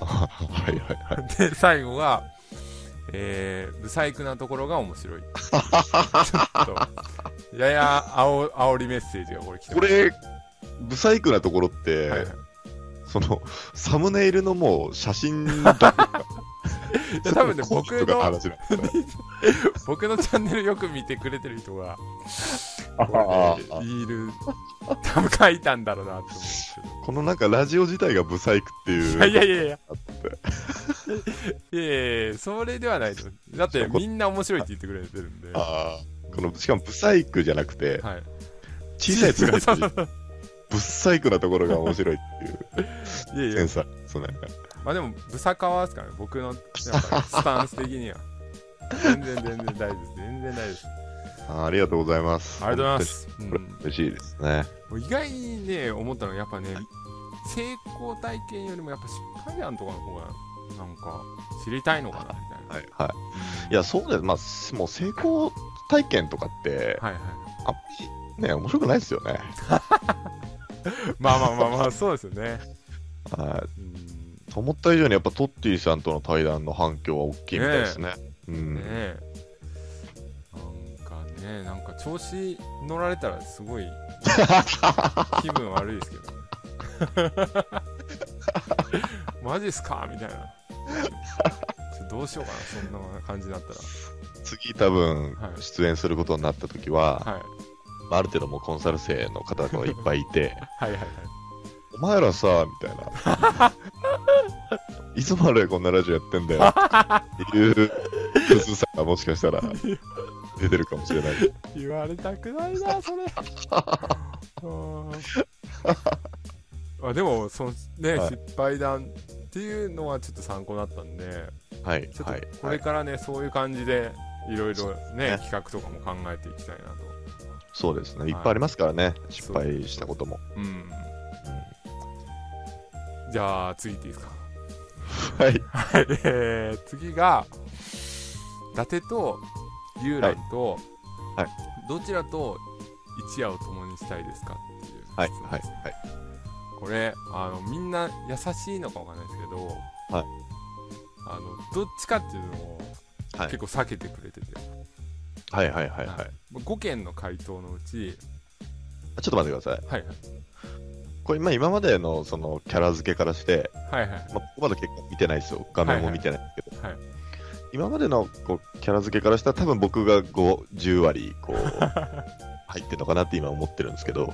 S1: はいはい。
S2: で最後が、えー、不細工なところが面白 いちょっとややあお煽りメッセージがこれ来て
S1: こ
S2: ます
S1: れ、ブサイクなところって、
S2: はいはい
S1: その、 サムネイルのもう写真だけが
S2: いや多分ね
S1: コーヒーとか話なんですよ
S2: 僕のチャンネルよく見てくれてる人が
S1: あ
S2: これ
S1: あああ
S2: いる多分書いたんだろうなと思うんです
S1: このなんかラジオ自体がブサイクって
S2: け
S1: いう。
S2: どいやいやいやいやいやいやそれではないと思うだってみんな面白いって言ってくれてるんで、は
S1: ああこのしかもブサイクじゃなくて、
S2: い、
S1: 小さいつが
S2: そう
S1: ブサイクなところが面白いっていう
S2: いやい
S1: セ
S2: や
S1: ンサーそうなんか
S2: まあでもブサカワですからね僕のやっぱりスタンス的には全然全然大丈夫です全然大丈夫です
S1: あーありがとうございます
S2: ありがとうございます。う
S1: 本当に
S2: ん
S1: これ嬉しいですね
S2: 意外にね、思ったのは、やっぱね、成功体験よりも、やっぱ失敗談とかの方が、なんか、知りたいのかな、みたいな。
S1: はいはいいやそうだよまあもう成功体験とかって
S2: はいはい。
S1: あんまりね面白くないですよね
S2: まあまあまあまあ、そうですよね。
S1: は
S2: うん
S1: いと思った以上にやっぱトッティさんとの対談の反響は大きいみたいですねうん
S2: ねえ。なんかね、なんか調子乗られたら、すご い、気分悪いですけどね。マジっすかみたいな。ちょどうしようかな、そんな感じになった
S1: 次多分
S2: はい
S1: 出演することになった時は、
S2: ら。はい。
S1: まあある程度もうコンサル生の方がいっぱいい て
S2: はいはいはい。
S1: お前らさ、みたいな。 いつまでこんなラジオやってんだよ。っていう、普通さがもしかしたら 出てるかもしれない。
S2: 言われたくないな それあでもそのね、
S1: はい
S2: 失敗談っていうのはちょっと参考になったんで
S1: はい、
S2: ちょ
S1: は
S2: っ
S1: い
S2: と。これからね、そういう感じでいろいろね企画とかも考えていきたいなと
S1: そうですね。いっぱいありますからね。失敗したことも。
S2: うんじゃあ次いっていいですか
S1: はい。
S2: はいえー次が伊達と遊覧と、
S1: はいは
S2: どちらと一夜を共にしたいですかっていう質問
S1: はい、
S2: ですね
S1: はい、
S2: これあのみんな優しいのかわかんないですけど、
S1: はい
S2: あのどっちかっていうのを
S1: はい
S2: 結構避けてくれてて、
S1: はい。はい、はい、はい、
S2: は
S1: はい。
S2: 5件の回答のう
S1: ち
S2: ち、
S1: ょっと待ってください。
S2: はいはい、
S1: これ、まあ、今までのそのキャラ付けからして、
S2: はいはい
S1: まあ、ここまで結果見てないですよ。画面も見てないですけど。
S2: はいはい
S1: 今までのこうキャラ付けからしたら多分僕が5、10割 こう入ってるのかなって今思ってるんですけど、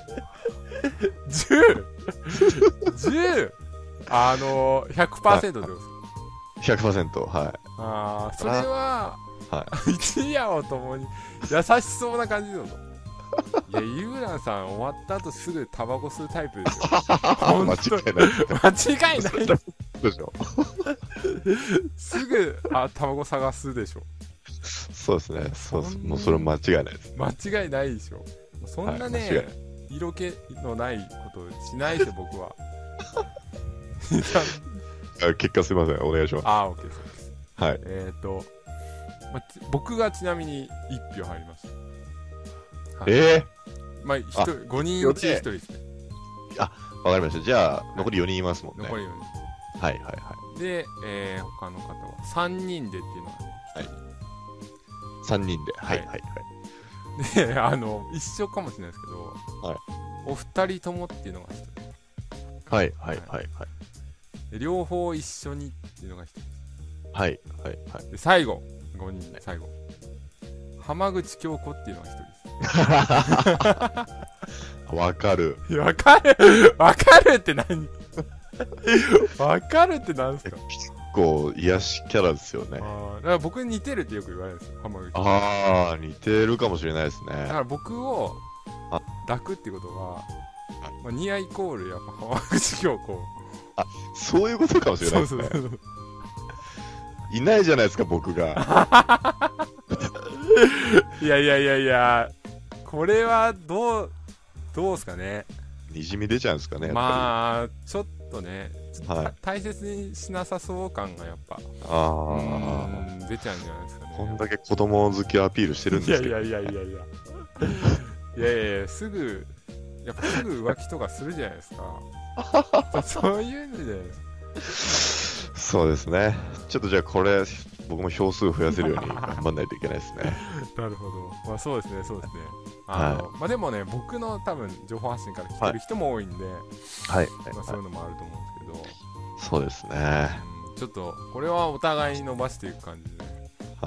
S2: 10!10! あの100%ってことです、
S1: 100%、は
S2: ああそれは、
S1: は
S2: 一夜を共に優しそうな感じだぞ いやユーランさん終わった後すぐタバコ吸うタイプ ですよ
S1: い。間
S2: 本当
S1: 違
S2: に
S1: いない。
S2: 間違いない
S1: そうでしょ。
S2: すぐあタバコ探すでしょ
S1: そうですね。そうです。もうそれ間違いないです。
S2: 間違いないでしょそんな
S1: は
S2: ね、
S1: い間違いな
S2: 色気のないことしないで僕は
S1: あ結果すいません。お願いします。
S2: ああ OK そうです
S1: はい。
S2: えっ、と、まあ、ち僕がちなみに1票入りました
S1: え
S2: まあ、
S1: あ
S2: 5人うち1人ですね
S1: ー、わかりました。じゃあ、残り4人いますもんね。
S2: 残
S1: はい
S2: り4人
S1: はいは
S2: で、えー他の方は3人でっていうのがね
S1: い。3人で。はい
S2: は
S1: はいいはい。
S2: で あの一緒かもしれないですけど、
S1: はい
S2: お二人ともっていうのが一つ
S1: はいはいはいはい。
S2: で両方一緒にっていうのが一つ
S1: はいはいはい。
S2: で最後5人最後浜口京子っていうのが一人で
S1: わかる。
S2: すいやわかるわかるって何 わかるって何すか
S1: こう、癒しキャラですよ
S2: あ
S1: ね。
S2: ーだから僕に似てるってよく言われるんですよ浜口京子
S1: あー、似てるかもしれないです
S2: だか
S1: ね。
S2: ら僕を
S1: あ
S2: 抱くってことは、まあ、似合いイコールやっぱ浜口京子
S1: そういうことかもしれない
S2: そう
S1: です
S2: そう
S1: ね。
S2: そう
S1: いないじゃないですか、僕が。
S2: いやいやいやいや、これはどう、どうすかね。
S1: にじみ出ちゃうんですかね。あ。
S2: まあ、ちょっとね、
S1: はい。
S2: 大切にしなさそう感がやっぱ、
S1: あー。
S2: うん出ちゃうんじゃないですかね。
S1: こんだけ子供好きをアピールしてるん
S2: い
S1: で
S2: や
S1: すけ
S2: い
S1: ど。
S2: やいやいやいや。いやいやいや、すぐ、やっぱすぐ浮気とかするじゃないで すか。そういうのじゃないですか。
S1: そうですね。ちょっとじゃあこれ、僕も票数増やせるように頑張んないといけないですね。
S2: なるほど。まあそうですね、そうですね。あのまあでもね、僕の多分情報発信から来てる人も多いんで、
S1: はい。
S2: まあ、そういうのもあると思うんですけど。
S1: そうですね。は
S2: うんちょっとこれはお互いに伸ばしていく感じで、
S1: い。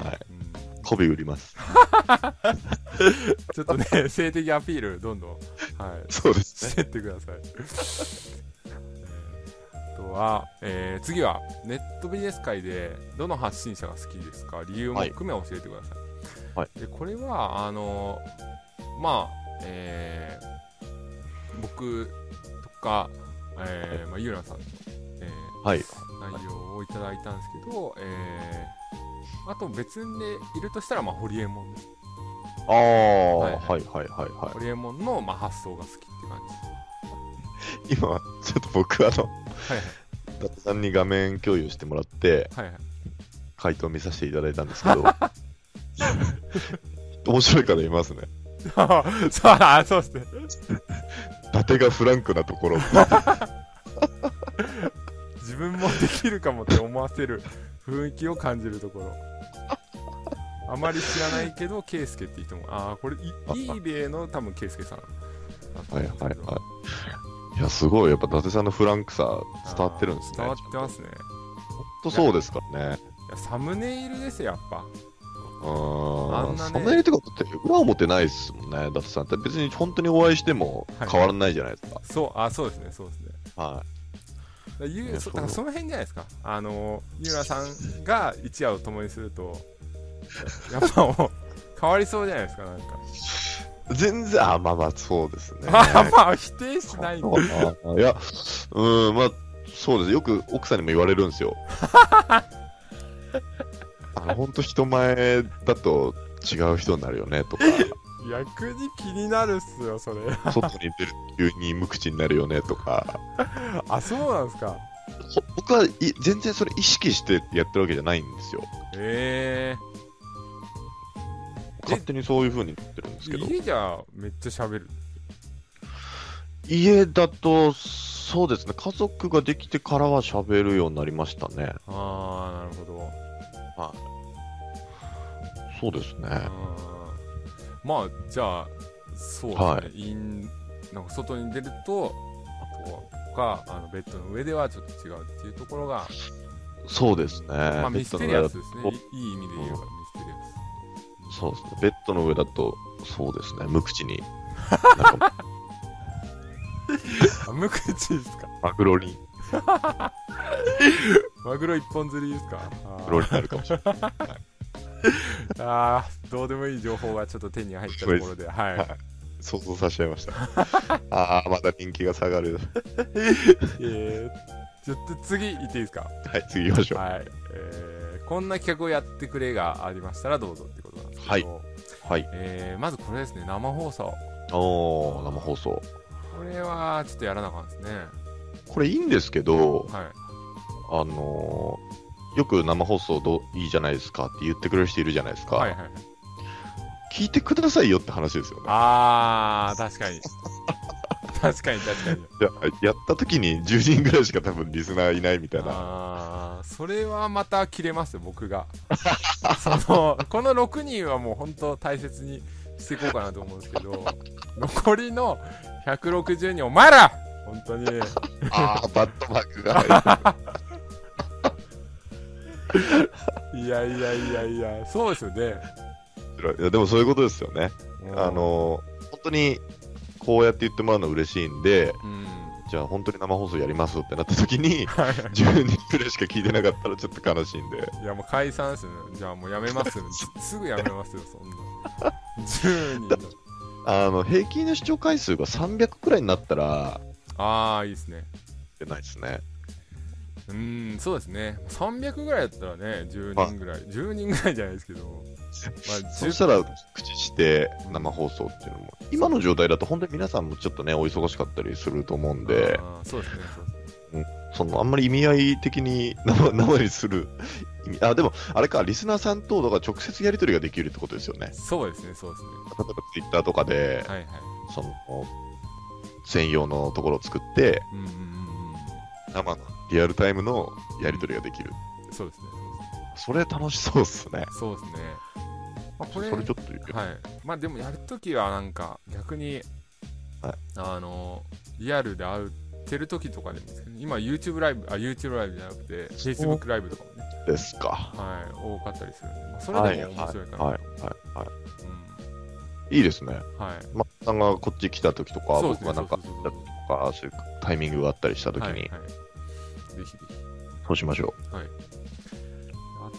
S2: うん
S1: 媚び売り ます。
S2: ちょっとね性的アピールどんどん、はい、
S1: そうですね。
S2: してってくださいあとは、えー次はネットビジネス界でどの発信者が好きですか理由も含め教えてください、
S1: はい
S2: でこれはあのまあえー僕とか、えーまあ、ゆうらさんの、えー
S1: はい。
S2: 内容をいただいたんですけど、えーあと別でいるとしたら、まあ、ホリエモンです
S1: ああ、
S2: は
S1: はいいはいはいは
S2: ホリエモンの、まあ、発想が好きって感じ
S1: い。今、ちょっと僕、あの、
S2: はい
S1: 伊達さんに画面共有してもらって、
S2: はいはいはい
S1: 回答見させていただいたんですけど、面白い方いますね。
S2: そうあそうですね
S1: 伊達がフランクなところ。
S2: 自分もできるかもって思わせる雰囲気を感じるところあまり知らないけど圭介って言ってもああこれいいい例の多分圭介さん
S1: はいはいはい。いや、すごい。やっぱ伊達さんのフランクさ、伝わってるんですね。
S2: 伝わってますね
S1: ほんとそうですからね。
S2: いやサムネイルですよやっぱ
S1: うー
S2: あん
S1: ん
S2: なね
S1: サムネイルとかだって裏表ないですもんね、伊達さんって。別に本当にお会いしても
S2: はい
S1: 変わらないじゃないですか。
S2: そうあそうですねそうですね
S1: は
S2: だからゆう
S1: ね
S2: そ
S1: そう
S2: だからその辺じゃないですかあのー三浦さんが一夜を共にするとやっぱもう 変わりそうじゃないですかなんか、
S1: い。全然、あ、まあまあ、そうですね。
S2: ま あまあ否定しないんだ
S1: あいや、うーん、まあ、そうです。よく奥さんにも言われるん ですよ。あの、本当人前だと違う人になるよねと か、
S2: 逆に気になるっすよそれ
S1: 外に出ると急に無口になるよねとか、
S2: あそうなんですか
S1: ほ僕はい全然それ意識してやってるわけじゃないんですよ。
S2: え
S1: 勝手にそういう風に言ってるんです
S2: え
S1: けど。
S2: 家じゃめっちゃ喋る
S1: 家だと、そうですね、家族ができてからは喋るようになりましたね。
S2: ああなるほど
S1: そうですね。
S2: あーまあじゃあそうですね、
S1: は
S2: インなんか外に出るととかあのベッドの上ではちょっと違うっていうところが
S1: そうですね。
S2: まあ、
S1: ベ
S2: ミ
S1: ッ
S2: ス
S1: ド
S2: テ
S1: の
S2: リ
S1: 上
S2: ア
S1: だ
S2: スですね
S1: お。
S2: いいい意味で言えばミステリアス。
S1: そうですね。ベッドの上だと、そうですね、無口に、なんか
S2: あ、無口ですか。
S1: マグロに、
S2: マグロ一本釣りですかあ
S1: ロールになるかもしれない。
S2: ーあーどうでもいい情報がちょっと手に入ったところではい、
S1: はい想像させちゃいま した。ああ、まだ人気が下がる。
S2: えー、ちょっと次行っていいですか
S1: はい、次行きましょう。
S2: はい、えーこんな企画をやってくれがありましたらどうぞってことなんですけど、
S1: はい。
S2: えーまずこれですね生放送
S1: おー、生放送。
S2: これはちょっとやらなあかんですね
S1: これいいんですけど、
S2: はい
S1: あのーよく生放送どういいじゃないですかって言ってくれる人いるじゃないですか。
S2: はいはいはい
S1: 聞いてくださいよって話ですよね。
S2: あー確かに 確かに確かに
S1: いややった時に10人ぐらいしか多分リスナーいないみたいな。
S2: あーそれはまた切れますよ僕が そのこの6人はもう本当大切にしていこうかなと思うんですけど残りの160人お前ら本当に
S1: ああ、バットマークが入る。
S2: いやいやいやいやそうですよね
S1: いやでもそういうことですよね。
S2: うん
S1: あのー本当にこうやって言ってもらうの嬉しいんで、
S2: うん
S1: じゃあ本当に生放送やりますってなった時に、
S2: は
S1: 10人くらいしか聞いてなかったらちょっと悲しいんで、
S2: いいやもう解散ですねじゃあもうやめ ますよすぐやめますよそんな10人の
S1: あの平均の視聴回数が300くらいになったら、
S2: ああいいですね
S1: 出ないですね。
S2: うんそうですね300ぐらいだったらね10人ぐらい10人ぐらいじゃないですけどまあ
S1: そしたら、口して生放送っていうのも、今の状態だと、本当に皆さんもちょっとね、お忙しかったりすると思うんで、
S2: あーそうですねそうですね
S1: そのあんまり意味合い的に生 生にする意味、あ、でも、あれか、リスナーさんとだから直接やり取りができるってことですよね。
S2: そうですねそうですね
S1: 例えば、ツイッターとかで、
S2: はいはい
S1: その、専用のところを作って、
S2: うんうんうん
S1: 生のリアルタイムのやり取りができる。
S2: うんそうですね
S1: それ楽しそうっすね。
S2: そうですねまあこ
S1: それ
S2: れ
S1: ちょっといいけど
S2: はいまあでもやるときはなんか逆に、
S1: はい
S2: あのリアルで会ってるときとかでもいいですけど今 YouTube ライブあ YouTube ライブじゃなくて Facebook ライブとかもね、
S1: ですか。
S2: はい、多かったりするんで、まあ、そ
S1: は
S2: れ
S1: い
S2: で
S1: はい
S2: も面白いかなと、
S1: はいはいはい。いいですね。
S2: うんはい
S1: まあ、さんがこっち来た時とか、
S2: そうです
S1: 僕が
S2: ね
S1: なんか、
S2: そうそうそう
S1: とか、そういうタイミングがあったりした時
S2: はい
S1: に、
S2: はい、ぜひぜひ
S1: そうしましょ。
S2: あ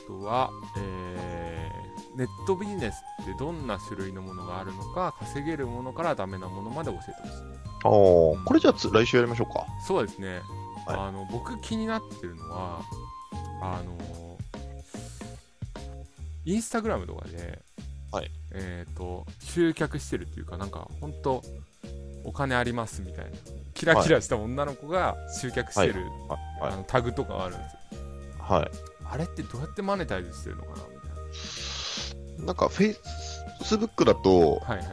S2: とは、えーネットビジネスってどんな種類のものがあるのか稼げるものからダメなものまで教えてほしいう
S1: おーこれじゃあつ来週やりましょうか。
S2: そうですね、
S1: はい
S2: あの僕気になってるのはあのインスタグラムとかで、
S1: はい
S2: えっ、と集客してるっていうかなんか本当お金ありますみたいなキラキラした女の子が集客してる、
S1: はい
S2: あのタグとかがあるんですよ
S1: は
S2: あれってどうやってマネタイズしてるのかなみたい
S1: い。なんか、フェイスブックだと、
S2: なはいは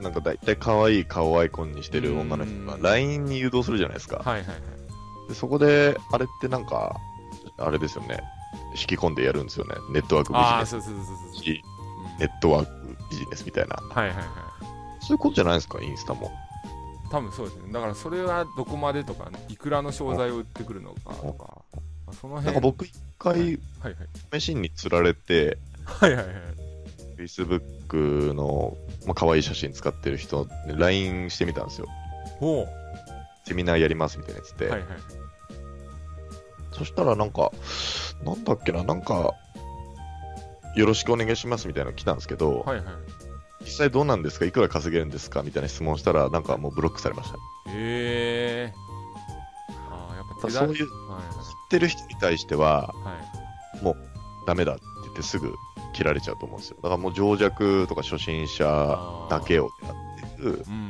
S2: い
S1: なんか大体可愛い顔をアイコンにしてる女の人が
S2: うん
S1: LINE に誘導するじゃないですか。
S2: はいはいはい
S1: でそこで、あれってなんか、あれですよね。引き込んでやるんですよね。ネットワークビ
S2: ああ、
S1: ジ
S2: そうそうそうそうそ
S1: ネ
S2: う。
S1: ス。
S2: うん
S1: ネットワークビジネスみたいな。
S2: はいはいはい。
S1: そういうことじゃないですか、インスタも。
S2: 多分そうですね。だからそれはどこまでとか、いくらの商材を売ってくるのかとか、まあその辺
S1: なんか僕、一回、
S2: はいは
S1: 試
S2: い
S1: しに釣られて、
S2: はいはいはい。
S1: Facebook の、まあ、可愛い写真使ってる人、で LINE してみたんですよ。
S2: おう
S1: セミナーやりますみたいなやつで。
S2: はいはい。
S1: そしたら、なんか、なんだっけな、なんか、よろしくお願いしますみたいなの来たんですけど、
S2: はいはい。
S1: 実際どうなんですか、いくら稼げるんですかみたいな質問したら、なんかもうブロックされました。
S2: ええー。ああ、やっぱ手だ
S1: そういう、知っ
S2: はい
S1: てる人に対しては、
S2: はいはい。
S1: ダメだって言ってすぐ切られちゃうと思うんですよ。だからもう、情弱とか初心者
S2: あ
S1: だけ
S2: を。
S1: をやってる
S2: うんうんうん。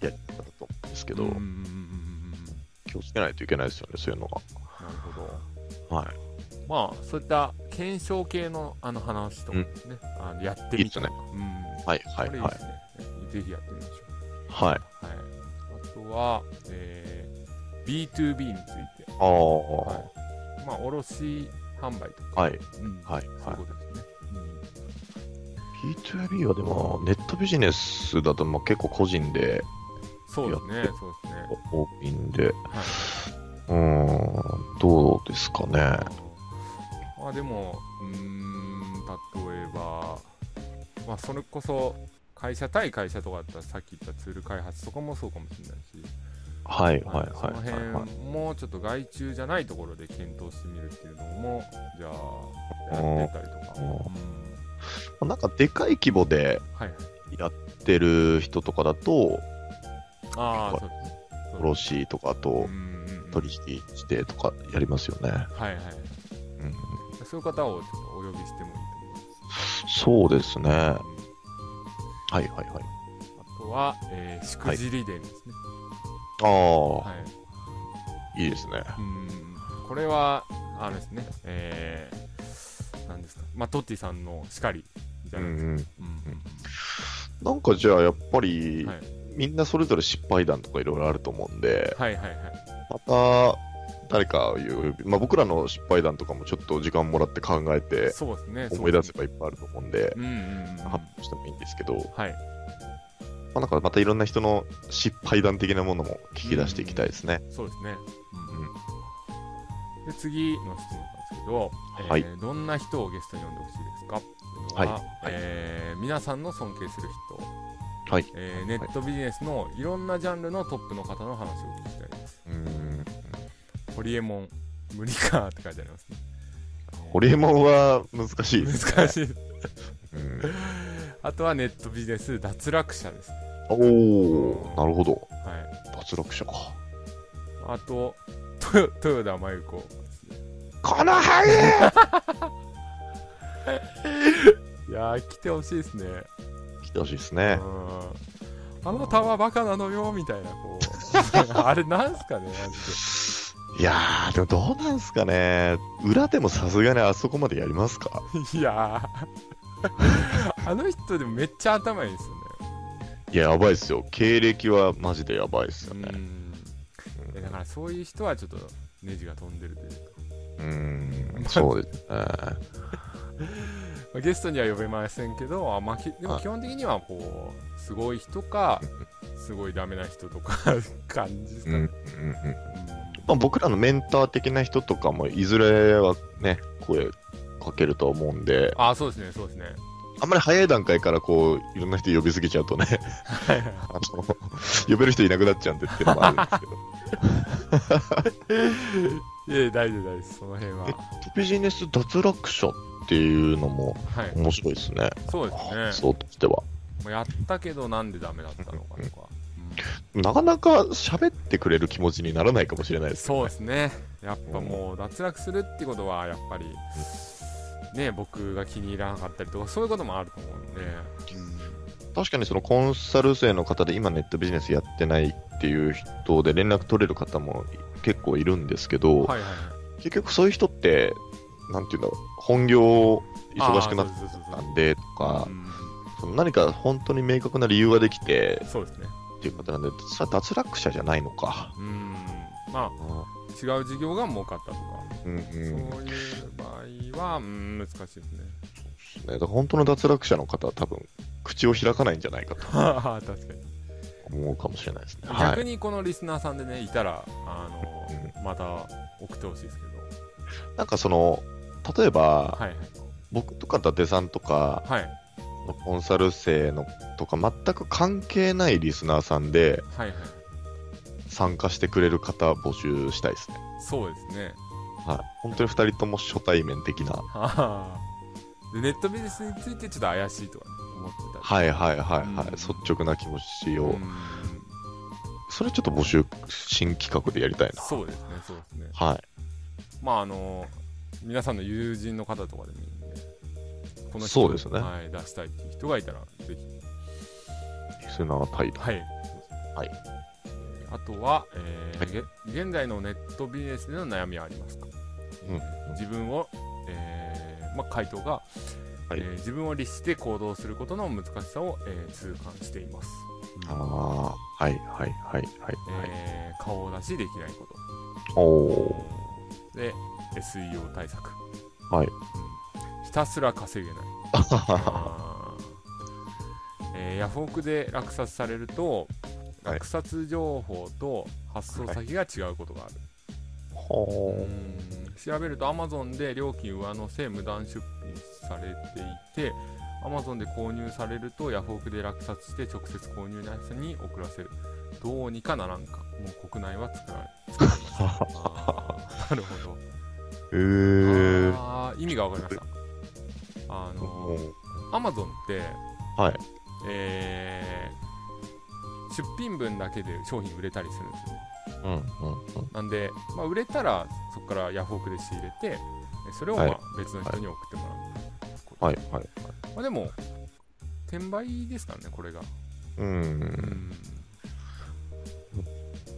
S1: やり方だと思うんですけど、
S2: うんうんうんうんうんうん
S1: 気をつけないといけないですよね、そういうのが。
S2: なるほど。
S1: はい。
S2: まあ、そういった検証系のあの話とかですね、あのやってみたとか。うん。
S1: はいは
S2: こ
S1: い
S2: れいい
S1: は
S2: で
S1: い。
S2: すね。ぜひやってみましょう。
S1: はい。
S2: はい、あとは、えー B2B について、
S1: ああ、
S2: は、
S1: はい
S2: まあ卸販売とか、
S1: い。はい。
S2: うん
S1: はい。
S2: そういうことですね、
S1: P2B はでも、ネットビジネスだとまあ結構個人で
S2: そうです
S1: や
S2: ね
S1: って
S2: そうですね
S1: 多いんで、
S2: はいう
S1: ーん、どうですかね。
S2: あーまあでもうーん例えばまあそれこそ会社対会社とかだったらさっき言ったツール開発とかもそうかもしれないし
S1: はいはい
S2: そ
S1: は
S2: の
S1: い
S2: 辺、
S1: はいはい。
S2: もうちょっと外注じゃないところで検討してみるっていうのも、じゃあ、やってたりと
S1: お
S2: か。うん
S1: ーなんかでかい規模で
S2: はい。
S1: やってる人とかだと、
S2: ああ、そうです。し
S1: 卸とかあと取
S2: 引。
S1: 引してとかやりますよね。
S2: はいはい。
S1: うん、
S2: そういう方をちょっとお呼びしてもいい
S1: そうですね。
S2: と
S1: は
S2: 思います。
S1: いはいはい。
S2: あとは、えー、しくじり伝ですね。
S1: ああ、
S2: はい。
S1: い、いですね。
S2: うんこれは、あれですね、えー、なんですか、まあ、トッティさんのしかりじゃ
S1: う
S2: ないですか。
S1: ん、
S2: うん
S1: なんかじゃあやっぱり、
S2: はい
S1: みんなそれぞれ失敗談とかいろいろあると思うんで、
S2: はいはいはい。
S1: また誰かを呼び、まあ、僕らの失敗談とかもちょっと時間もらって考えて
S2: そうですね。
S1: 思い出せ
S2: そう
S1: ばいっぱいあると思うんで、
S2: ですね。うんうんうん。
S1: 発表してもいいんですけど、ま
S2: はい。
S1: あ、なんかまたいろんな人の失敗談的なものも聞き出していきたいですね。
S2: そうですね。
S1: うん
S2: で、次の質問なんですけど、えー
S1: はい
S2: どんな人をゲストに呼んでほしいですかっていうのは、
S1: はい
S2: えー皆さんの尊敬する人、
S1: はい
S2: えーネットビジネスのいろんなジャンルのトップの方の話を聞きたいです。
S1: うん
S2: ホリエモン、無理かーって書いてありますね。
S1: ホリエモンは難しいです。
S2: 難しい。
S1: うん、
S2: あとはネットビジネス脱落者です。は
S1: おお、なるほど。
S2: い。
S1: 脱落者か。
S2: あと、とよ豊田真由子ですね。
S1: このハゲ
S2: いやー、来てほしいですね。
S1: 来てほしいです
S2: う
S1: ね。
S2: ん。あなたはバカなのよ、みたいな、こう。 あれ、なんすかね、マジ
S1: いやー、でもどうなんすかね。裏でもさすがにあそこまでやりますか
S2: で。いやー。あ の人でもめっちゃ頭いいですよね。
S1: いや、やばいっすよ。経歴はマジでやばいっすよ
S2: う
S1: ね。
S2: ん。えだからそういう人はちょっとネジが飛んでるというか。
S1: うん、そうですね。
S2: まあゲストには呼べませんけど、あまあ、きでも
S1: はい
S2: 基本的にはこうすごい 人かすごいダメな人とか 感じです
S1: う
S2: か
S1: ん、う
S2: ね、
S1: ん、
S2: う
S1: うんん。まあ、僕らのメンター的な人とかも、いずれはね、声かけると思うんで、
S2: あそうですねそうですね
S1: あんまり早い段階からこう、いろんな人呼びすぎちゃうとね、あの呼べる人いなくなっちゃうんでっていうのもあるんですけど。
S2: いえ大丈夫大丈夫ですその 辺は
S1: えビジネス脱落者っていうのも
S2: はい
S1: 面白いですね、
S2: そうですね
S1: そうとしては。
S2: もうやったけどなんでダメだったのかとか、
S1: なかなか喋ってくれる気持ちにならないかもしれない
S2: うん
S1: です。
S2: そうですねやっぱもう脱落するってことはやっぱりね僕が気に入らなかったりとかそういうこともあると思うんで、
S1: 確かにそのコンサル生の方で今ネットビジネスやってないっていう人で連絡取れる方も結構いるんですけど、
S2: はいはいはい
S1: 結局そういう人って、なんていうんだろう、本業忙しくなっ
S2: あーそうそうそう
S1: た
S2: そうん
S1: でとか
S2: う、ん
S1: その何か本当に明確な理由ができて
S2: そうですね
S1: っていう方なんで、それは脱落者じゃないのか。
S2: うんまあ違う事業が儲かったとか、
S1: うんうん
S2: そういう場合は、うん、難しいです ね。
S1: ね、だから本当の脱落者の方は多分口を開かないんじゃないかと
S2: 確かに。
S1: 思うかもしれないですね。は
S2: 逆
S1: い、
S2: にこのリスナーさんでね、いたら、あ
S1: う
S2: の、また送ってほしいですけど。
S1: なんかその例えば、
S2: はい
S1: 僕とか伊達さんとか
S2: はい。
S1: のコンサル生のとか全く関係ないリスナーさんで
S2: はいはい。
S1: 参加してくれる方募集したいですね。
S2: そうです ね。
S1: はい、本当に2人とも初対面的な。
S2: はあで、ネットビジネスについてちょっと怪しいとかね、思ってたり。
S1: はいはいはいはい、
S2: うん
S1: 率直な気持ちを、
S2: うん
S1: それちょっと募集新企画でやりたいな。
S2: そうですね、そうですね。
S1: はい、
S2: まあ、あの、皆さんの友人の方とかでもいいんで、この人
S1: そうですね
S2: はい、出したいっていう人がいたら、ぜひ。
S1: リスナー対談。
S2: はい。
S1: はい。
S2: あとは、えーげ現在のネットビジネスでの悩みはありますか、
S1: うん
S2: 自分を、えーまあ、回答が、
S1: はい
S2: えー自分を律して行動することの難しさを、えー痛感しています、
S1: ああ、はいはいはいはい、はい。
S2: えー顔を出しできない
S1: お
S2: こ
S1: お。
S2: とで SEO 対策、
S1: はい
S2: うんひたすら稼 げないあーえーヤフオクで落札されると
S1: はい
S2: 落札情報と発送先が違うことがある、
S1: ほ
S2: 調べると Amazon で料金上乗せ無断出品されていて Amazon で購入されるとヤフオクで落札して直接購入した人に送らせるどうにかならんかもう国内は作ら れ作られましたあーなるほど
S1: えー、
S2: あー意味が分かりましたあの
S1: もう
S2: アマゾンって
S1: はい
S2: えー出品分だけで商品売れたりするんですよ
S1: うんうんうん
S2: なんで、まあ、売れたらそこからヤフオクで仕入れてえそれをま
S1: は
S2: あ
S1: い
S2: 別の人に送ってもらう、
S1: はいはい
S2: まあ、でも転売ですからねこれが
S1: う
S2: うんん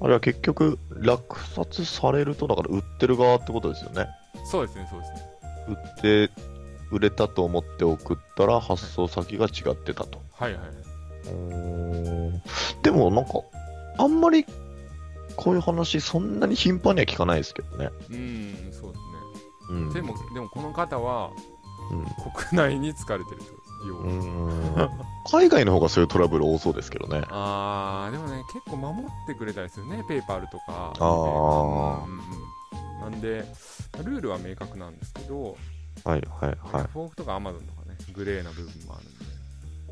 S1: あれは結局落札されるとだから売ってる側ってことですよね
S2: そうですねそうですね
S1: 売って売れたと思って送ったら発送先が違ってたと
S2: はいはいはいう
S1: ーんでもなんかあんまりこういう話そんなに頻繁には聞かないですけどね、
S2: うんそうです
S1: うん、
S2: ねでもでもこの方は
S1: うん
S2: 国内に疲れてるってことです要は
S1: うーん海外の方がそういうトラブル多そうですけどね
S2: あーでもね結構守ってくれたりするねペーパルとか
S1: あー
S2: うんうんなんでルールは明確なんですけど、
S1: はいはいはい
S2: フォークとかアマゾンとかねグレーな部分もあるんで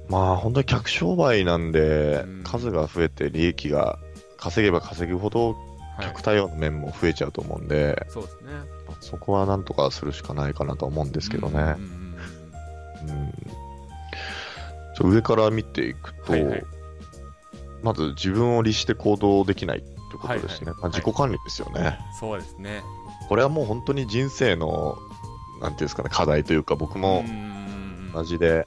S1: まあ本当に客商売なんで、
S2: うん
S1: 数が増えて利益が稼げば稼ぐほど
S2: はい
S1: 客対応の面も増えちゃうと思うんで、
S2: そうですね
S1: そこはなんとかするしかないかなとは思うんですけどね
S2: うん、うん
S1: う
S2: うん
S1: んちょ上から見ていくと、
S2: はいはい
S1: まず自分を律して行動できないってことですね、
S2: はいはい
S1: まあ自己管理ですよね、
S2: そうですね
S1: これはもう本当に人生のなんていうんですかね課題というか僕も
S2: うんうんうん
S1: 同じで
S2: うんね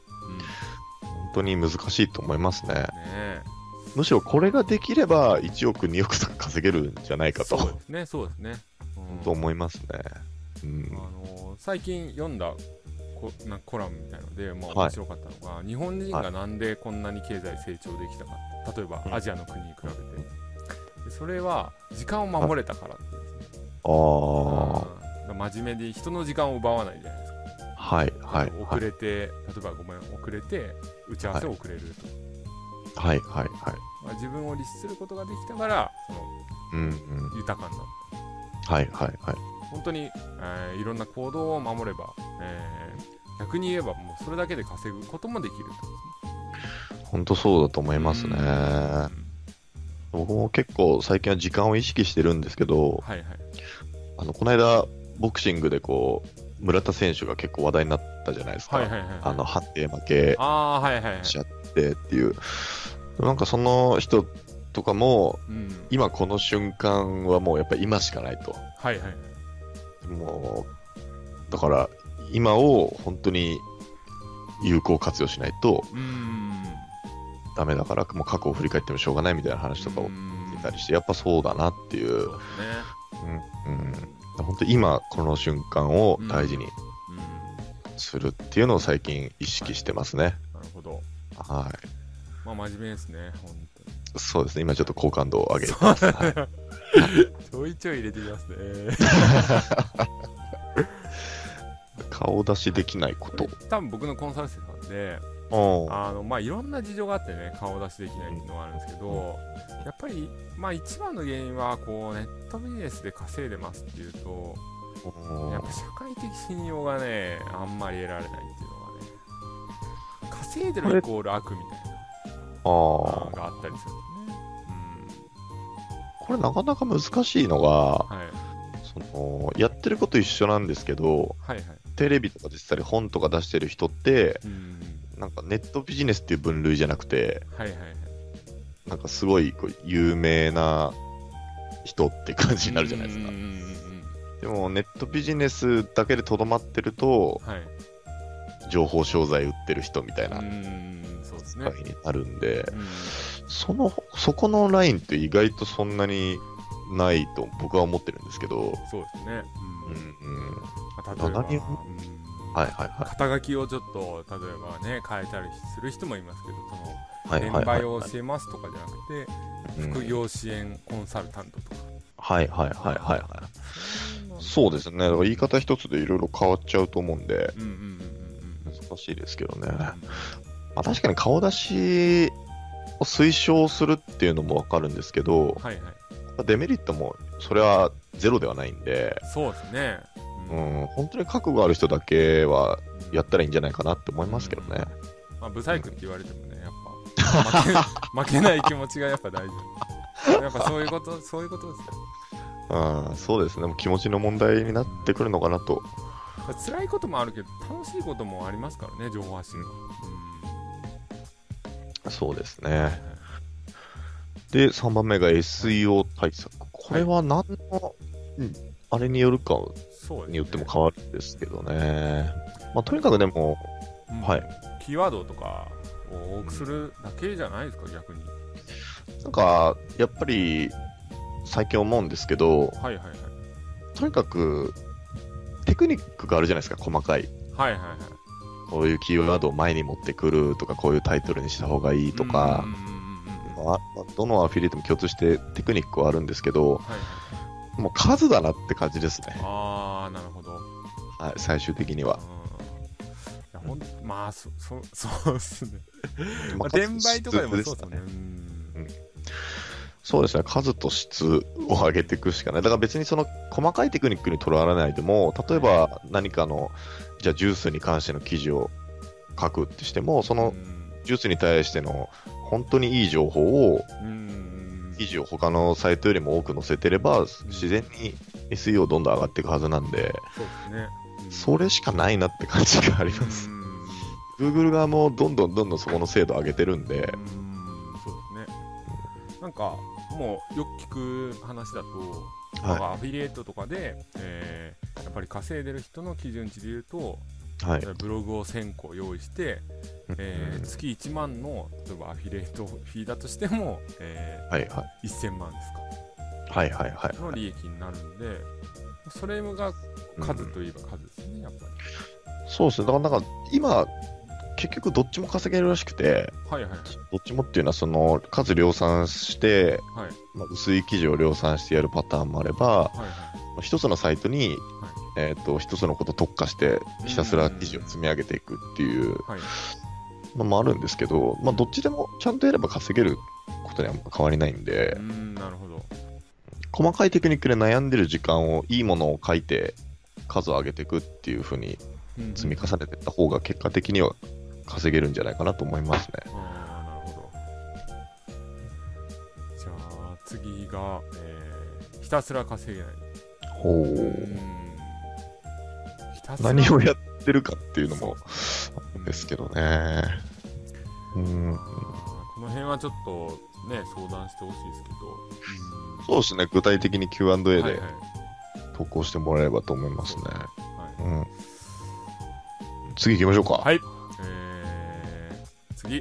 S1: 本当に難しいと思いますね
S2: え
S1: むしろこれができれば1億2億とか稼げるんじゃないかと
S2: そうですねそうですね、うん
S1: と思いますねうん
S2: あのー最近読んだこなコラムみたいので、
S1: は
S2: まあ、
S1: い
S2: 面白かったのが、日本人がなんでこんなに経済成長できたか、例えば
S1: うん
S2: アジアの国に比べて、でそれは時間を守れたからっていうんですね、
S1: ああは
S2: うん真面目で人の時間を奪わないじゃないですか、
S1: いはい
S2: 遅
S1: はい
S2: れて例えばごめん遅れて打ち合わせを遅れると、
S1: はいはいはい
S2: まあ、自分を律することができたからその
S1: うんうん
S2: 豊かになっ
S1: はいはいはい
S2: た本当に、えーいろんな行動を守れば、えー逆に言えばもうそれだけで稼ぐこともできるってことですね
S1: 本当そうだと思いますね
S2: は
S1: 僕も結構最近は時間を意識してるんですけど
S2: いはい。
S1: あのこの間ボクシングでこう村田選手が結構話題になったじゃないですか、
S2: はいはいはい。
S1: あの、判定負け
S2: ああー、はいはいはい。
S1: しちゃってっていう、なんかその人とかも、
S2: うん。
S1: 今この瞬間はもうやっぱ今しかないと。
S2: はいはいはい。
S1: もう、だから今を本当に有効活用しないと
S2: うーん。
S1: ダメだから、もう過去を振り返ってもしょうがないみたいな話とかを聞いたりして、やっぱそうだなっていうう、
S2: ん。そうですね。
S1: うんうん、本当に今この瞬間を大事に
S2: うん。
S1: するっていうのを最近意識してますね。
S2: なるほど。
S1: はい。
S2: まあ、真面目ですね、本当に。
S1: そうですね、今ちょっと好感度を上げてます。はい
S2: ちょいちょい入れてきますね。
S1: 顔出しできないこと。
S2: 多分僕のコンサル生なんで、
S1: あ
S2: あのまあ、いろんな事情があってね、顔出しできないっていうのはあるんですけど、やっぱり、まあ、一番の原因はこう、ネットビジネスで稼いでますっていうと、やっぱ社会的信用がね、あんまり得られないっていうのがね、稼いでるイコール悪みたい
S1: あ
S2: なの
S1: ー
S2: があったりするんですね。
S1: これなかなか難しいのが
S2: うん、はい、
S1: そのやってること一緒なんですけど
S2: はいはい。
S1: テレビとか出てたり本とか出してる人って
S2: うん、
S1: なんかネットビジネスっていう分類じゃなくて
S2: はいはいはい。
S1: なんかすごいこう有名な人って感じになるじゃないですか
S2: うんうんうん
S1: でもネットビジネスだけでとどまってると
S2: うんはい。
S1: 情報商材売ってる人みたいな
S2: うん、そうですね
S1: 範。囲になるんで
S2: うん
S1: そのそこのラインって意外とそんなにないと僕は思ってるんですけど、
S2: そうですね。
S1: う
S2: うんん
S1: うん、
S2: まあ例えば、
S1: 何を
S2: うん
S1: はいはいは
S2: 肩書きをちょっと、例えばね、変えたりする人もいますけど、その、
S1: い。はいはい
S2: 転売
S1: は
S2: を
S1: い
S2: 教えますとかじゃなくて、
S1: うん
S2: 副業支援コンサルタントとか。
S1: はいはいはいはいは
S2: そういうの
S1: い。そうですね。だから言い方一つでいろいろ変わっちゃうと思うんで、
S2: うんうんうんうんうん。
S1: 難しいですけどね。まあ確かに顔出しを推奨するっていうのもわかるんですけど、
S2: はいはい。
S1: デメリットもそれはゼロではないんで、
S2: そうですね。
S1: う。ん、本当に覚悟ある人だけはやったらいいんじゃないかなって思いますけどね。
S2: まあ、ブサイクって言われてもね、やっぱ、負け負けない気持ちがやっぱ大事。やっぱそういうこと、そういうことですよ。
S1: あーそうですね、もう気持ちの問題になってくるのかなと。
S2: 辛いこともあるけど、楽しいこともありますからね、情報発信が。
S1: そうですね。で、3番目が SEO 対策。これは何の、うんあれによるか
S2: そうですね
S1: によっても変わるんですけどね。まあ、とにかくでも、
S2: うん
S1: はい。
S2: キーワードとかを多くするだけじゃないですか、逆に。
S1: なんか、やっぱり、最近思うんですけど、
S2: はいはいはい。
S1: とにかく、テクニックがあるじゃないですか、細かい。
S2: はいはいはい。
S1: こういうキーワードを前に持ってくるとか、こういうタイトルにした方がいいとか
S2: うん、うんうんうんうん
S1: まあどのアフィリエイトも共通してテクニックはあるんですけど、
S2: はいはい
S1: もう数だなって感じですね。
S2: ああ、なるほど。
S1: はい、最終的には。
S2: うんいやほんまあそそ そうっすね、
S1: まあ
S2: まあ、転売とかでもそうっす
S1: 数
S2: ねうん
S1: そうですね、数と質を上げていくしかない。だから別にその細かいテクニックにとらわれないでも、例えば何かの、じゃあジュースに関しての記事を書くってしても、そのジュースに対しての本当にいい情報を、
S2: うん
S1: 記事を他のサイトよりも多く載せてれば、自然に SEO どんどん上がっていくはずなんで、
S2: そうですねうん
S1: それしかないなって感じがあります。
S2: うん
S1: Google 側もどんどんどんどんそこの精度を上げてるんで、
S2: うんそうですねなんかもうよく聞く話だと、なんかアフィリエイトとかで、えーやっぱり稼いでる人の基準値で言うと
S1: はい。
S2: ブログを1000個用意して、えー月1万の例えばアフィリエイトフィーだとしても、えー
S1: はいは
S2: 1000万ですか
S1: いはいはいはい
S2: の
S1: はい。
S2: 利益になるんで、それが数といえば数ですね、やっぱ
S1: そうですね、だからなんか今、結局どっちも稼げるらしくて、
S2: り。はいはい
S1: どっちもっていうのは、その数量産して、
S2: はい
S1: まあ、薄い記事を量産してやるパターンもあれば、
S2: はいは
S1: まあ一つのサイトに、えー、と一つのこと特化して、ひたすら記事を積み上げていくっていう
S2: いはい。
S1: のもあるんですけど、まあ、どっちでもちゃんとやれば稼げることには変わりないんで
S2: うー、ん、なるほど。
S1: 細かいテクニックで悩んでる時間を、いいものを書いて、数を上げていくっていうふうに
S2: うん
S1: 積み重ねていった方が、結果的には稼げるんじゃないかなと思いますね。
S2: あーなるほど。じゃあ次が、えーひたすら稼げない。
S1: ほ
S2: う
S1: う
S2: ーんひたすら
S1: 何をやってるかっていうのも
S2: そう
S1: ですけどね。うん、
S2: あーこの辺はちょっとね、相談してほしいですけど。
S1: そうですね、具体的に Q&A
S2: はい
S1: で
S2: はい
S1: 投稿してもらえればと思いますね。
S2: はい
S1: うん、次行きましょうか。
S2: はい、えー、次、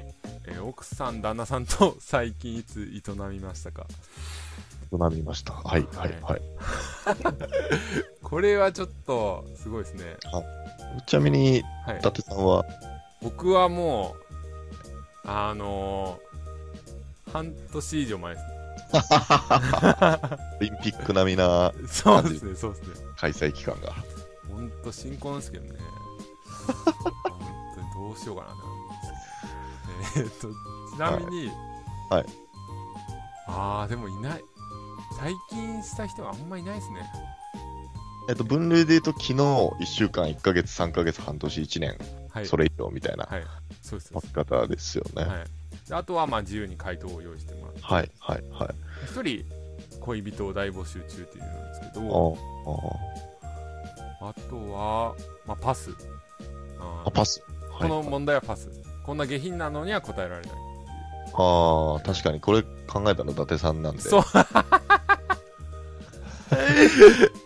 S2: えー奥さん、旦那さんと最近いつ営みましたか
S1: となりました。はい、はい、はい。
S2: これはちょっとすごいですね、
S1: ちなみに、伊
S2: はい、
S1: 達さんは、
S2: 僕はもうあのー、半年以上前で
S1: オリンピック並みな
S2: す そうですねそうですね
S1: 開催期間が。
S2: ほんと新婚ですけ どね本当にどうしようかなって思うんですけど えーっとちなみに、
S1: はいはい
S2: ああでもいない最近した人はあんまいないですね
S1: えっと、分類で言うと、昨日、1週間、1ヶ月、3ヶ月、半年、1年、
S2: はい
S1: それ以上みたいな
S2: はい、そうです。そう
S1: 分
S2: で
S1: け方ですよ
S2: す
S1: ね。
S2: はい、であとはまあ自由に回答を用意してもらって、
S1: はい、はい、はい。
S2: 一人恋人を大募集中っていうのなんですけ
S1: あ
S2: ど、
S1: ーあ
S2: あとは、まあ、パス。あ
S1: ー、あパス。は
S2: こ
S1: い
S2: の問題はパス。こんな下品なのには答えられない。
S1: ああ、確かにこれ考えたの伊達さんなんで。
S2: そう。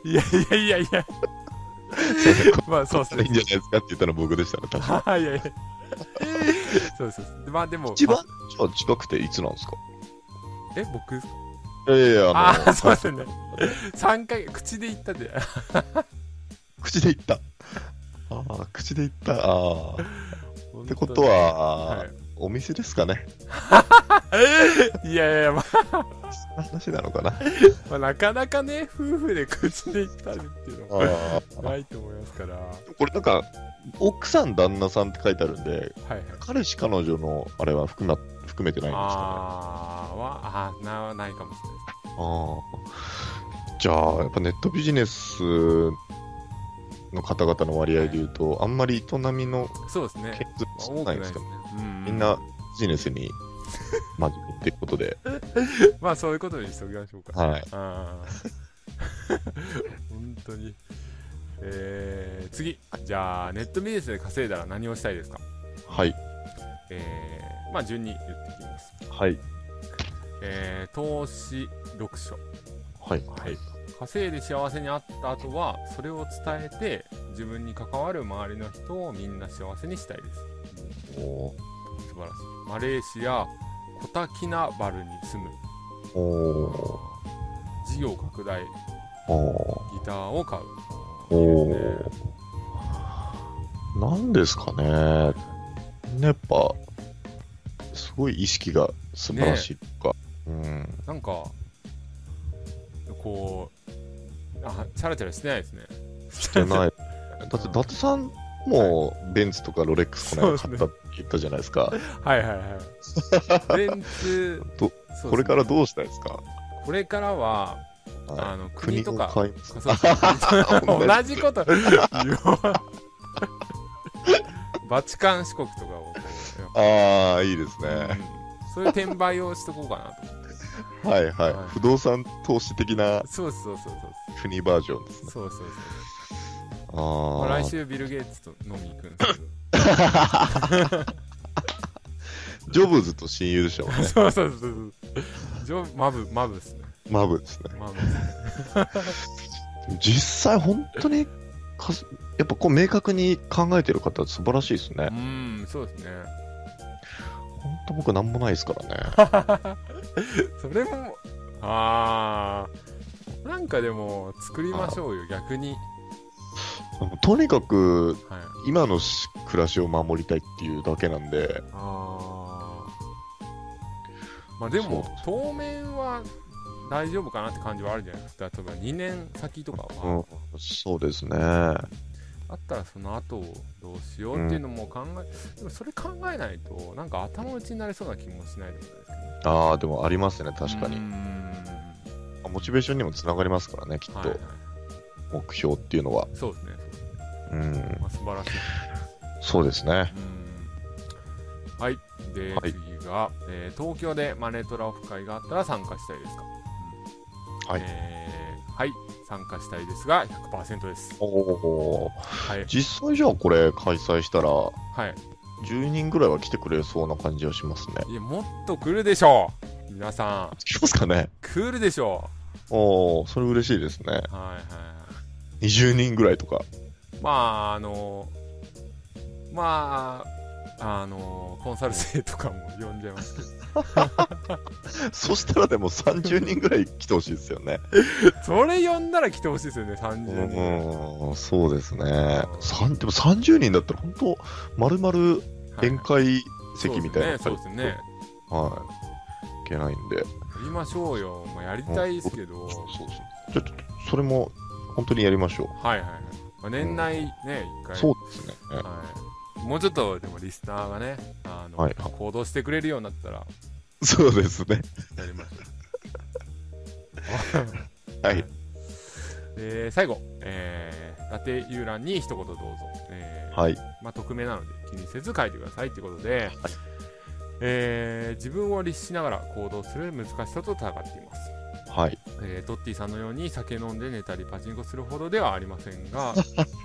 S2: いやいやいやいや、
S1: そうですねこ
S2: まあそうです
S1: れいいん
S2: ね
S1: じゃ。ないですかって言ったの僕でしたね、確か
S2: はいいやいや。そうですそうです。でまあでも、
S1: に。一番
S2: ま
S1: じゃあ近くていつなんですか
S2: あえ、僕
S1: いやいや、
S2: あ
S1: あの、
S2: あ、そうですね。3回、口で言ったで。
S1: 口で言った。ああ、口で言った。ああ。ってこと
S2: は
S1: は、
S2: い
S1: お店ですかね。
S2: いやいやいや、まあ
S1: そんな話なのかな。あ
S2: まあ、なかなかね、夫婦で口で言ったりっていうのも
S1: あ。
S2: ないと思いますから、はい
S1: これなんか、奥さん、旦那さんって書いてあるんで、
S2: はい。
S1: 彼氏、彼女のあれは含め含めてないんですか
S2: あーは、あーな、ないかもし
S1: ね。ああ。じゃあ、やっぱネットビジネスの方々の割合で言うと、あんまり営みの
S2: れないです。そうですね。
S1: 結
S2: まあ
S1: 論
S2: 多
S1: な
S2: くない
S1: い
S2: で
S1: ですすか
S2: ね。うう
S1: みんなビジネスに真面目っていうことで、
S2: まあそういうことにしておきましょうか。
S1: はい。
S2: あー 本当に。えー、次、じゃあ、ネットビジネスで稼いだら何をしたいですか
S1: はい。
S2: えー、まあ順に言っていきます。
S1: はい。
S2: えー、投資読書。
S1: はい。
S2: はい稼いで幸せにあった後は、それを伝えて、自分に関わる周りの人をみんな幸せにしたいです。
S1: お
S2: 素晴らしい。マレーシア、コタキナバルに住む。
S1: ーお
S2: 事業拡大、ギ
S1: ーお
S2: ターを買う。
S1: ーおーなんですかね。やっぱ、すごい意識が素晴らしいとか。うん。
S2: なんか、こう、あ、チャラチャラしてないですね。
S1: してない。だって、伊達さんも、ベンツとかロレックスこの間買ったって言ったじゃないですか。
S2: はいはいはい。ベンツ、
S1: ど
S2: そうですね
S1: これからどうしたいですか、
S2: これからは、
S1: はい
S2: あの国とか
S1: を変えます
S2: そう そう同じこと 言おうバチカン四国とかをこ
S1: ああ、いいです
S2: う、やっぱ
S1: ね。
S2: うんそういう転売をしとこうかなと思っ て。
S1: はいはい、
S2: はい
S1: 不動産投資的な
S2: そうそうそう
S1: 国バージョンですね。
S2: そう。そうそうそう。
S1: あ
S2: ま
S1: あ
S2: あ、来週ビル・ゲイツと飲み行くんですけど。
S1: ジョブズと親友でしたもん ね。
S2: そうそうそうそう。ジョマブ、マブですね。
S1: マブですね。
S2: マブですね。
S1: 実際、本当にかす、やっぱこう明確に考えてる方、素晴らしいですね
S2: う。ん、そうですね。
S1: 本当僕、なんもないですから ね。
S2: それも、あー、なんかでも作りましょうよ、逆に。
S1: とにかく、
S2: はい。
S1: 今のし暮らしを守りたいっていうだけなんで、
S2: あーまあでも当面は大丈夫かなって感じはあるじゃないですか例えば2年先とか
S1: うん
S2: は、
S1: そうですね。
S2: あったらその後をどうしようっていうのも考え、でもそれ考えないとなんか頭打ちになりそうな気もしないでもないですね
S1: ああ、でもありますね、確か
S2: うー
S1: に。
S2: ん
S1: モチベーションにもつながりますからね、きっ
S2: はい、は
S1: と
S2: い、、
S1: 目標っていうのは。
S2: そうですね、
S1: うん、
S2: まあ、素晴らしい
S1: そうですね。
S2: うんはいで、
S1: はい
S2: 次が、えー東京でマネトラオフ会があったら参加したいですか、うん
S1: はい
S2: えーはい参加したいですが100%です
S1: おおー、
S2: はい
S1: 実際じゃあこれ開催したら、
S2: はい
S1: 10人ぐらいは来てくれそうな感じはしますね。
S2: いやもっと来るでしょう皆さん
S1: 来ますかね
S2: 来るでしょ
S1: おお、それ嬉しいですね。
S2: うはいはいはい
S1: 20人ぐらいと か。
S2: まああのまああのコンサル生とかも呼んじゃいますけど
S1: そしたらでも30人ぐらい来てほしいですよね。
S2: それ呼んだら来てほしいですよね
S1: う
S2: 30人、
S1: ん、そうですね。さんでも30人だったら本当、まるまる
S2: はい
S1: 宴会席みたいな
S2: そ
S1: 感じ
S2: うですねそうですね
S1: はい。いけないんで。
S2: やりましょうよ、まあ、やりたいですけ
S1: そ
S2: ど、
S1: うそうそう。ちょっと、それも本当にやりましょう。
S2: はいはいはい。まあ、年内ね、一、回。
S1: そうですね。
S2: はい。もうちょっと、でもリスナーがね、あの、
S1: はい
S2: 行動してくれるようになったら、
S1: そうですね。
S2: やりま しょう。
S1: はい。。
S2: で、最後、えー、伊達遊覧に一言どうぞ。えー
S1: はい。
S2: まあ、匿名なので気にせず書いてくださいということで、えー自分を律しながら行動する難しさと戦っています。
S1: はい。
S2: えー、トッティさんのように酒飲んで寝たりパチンコするほどではありません が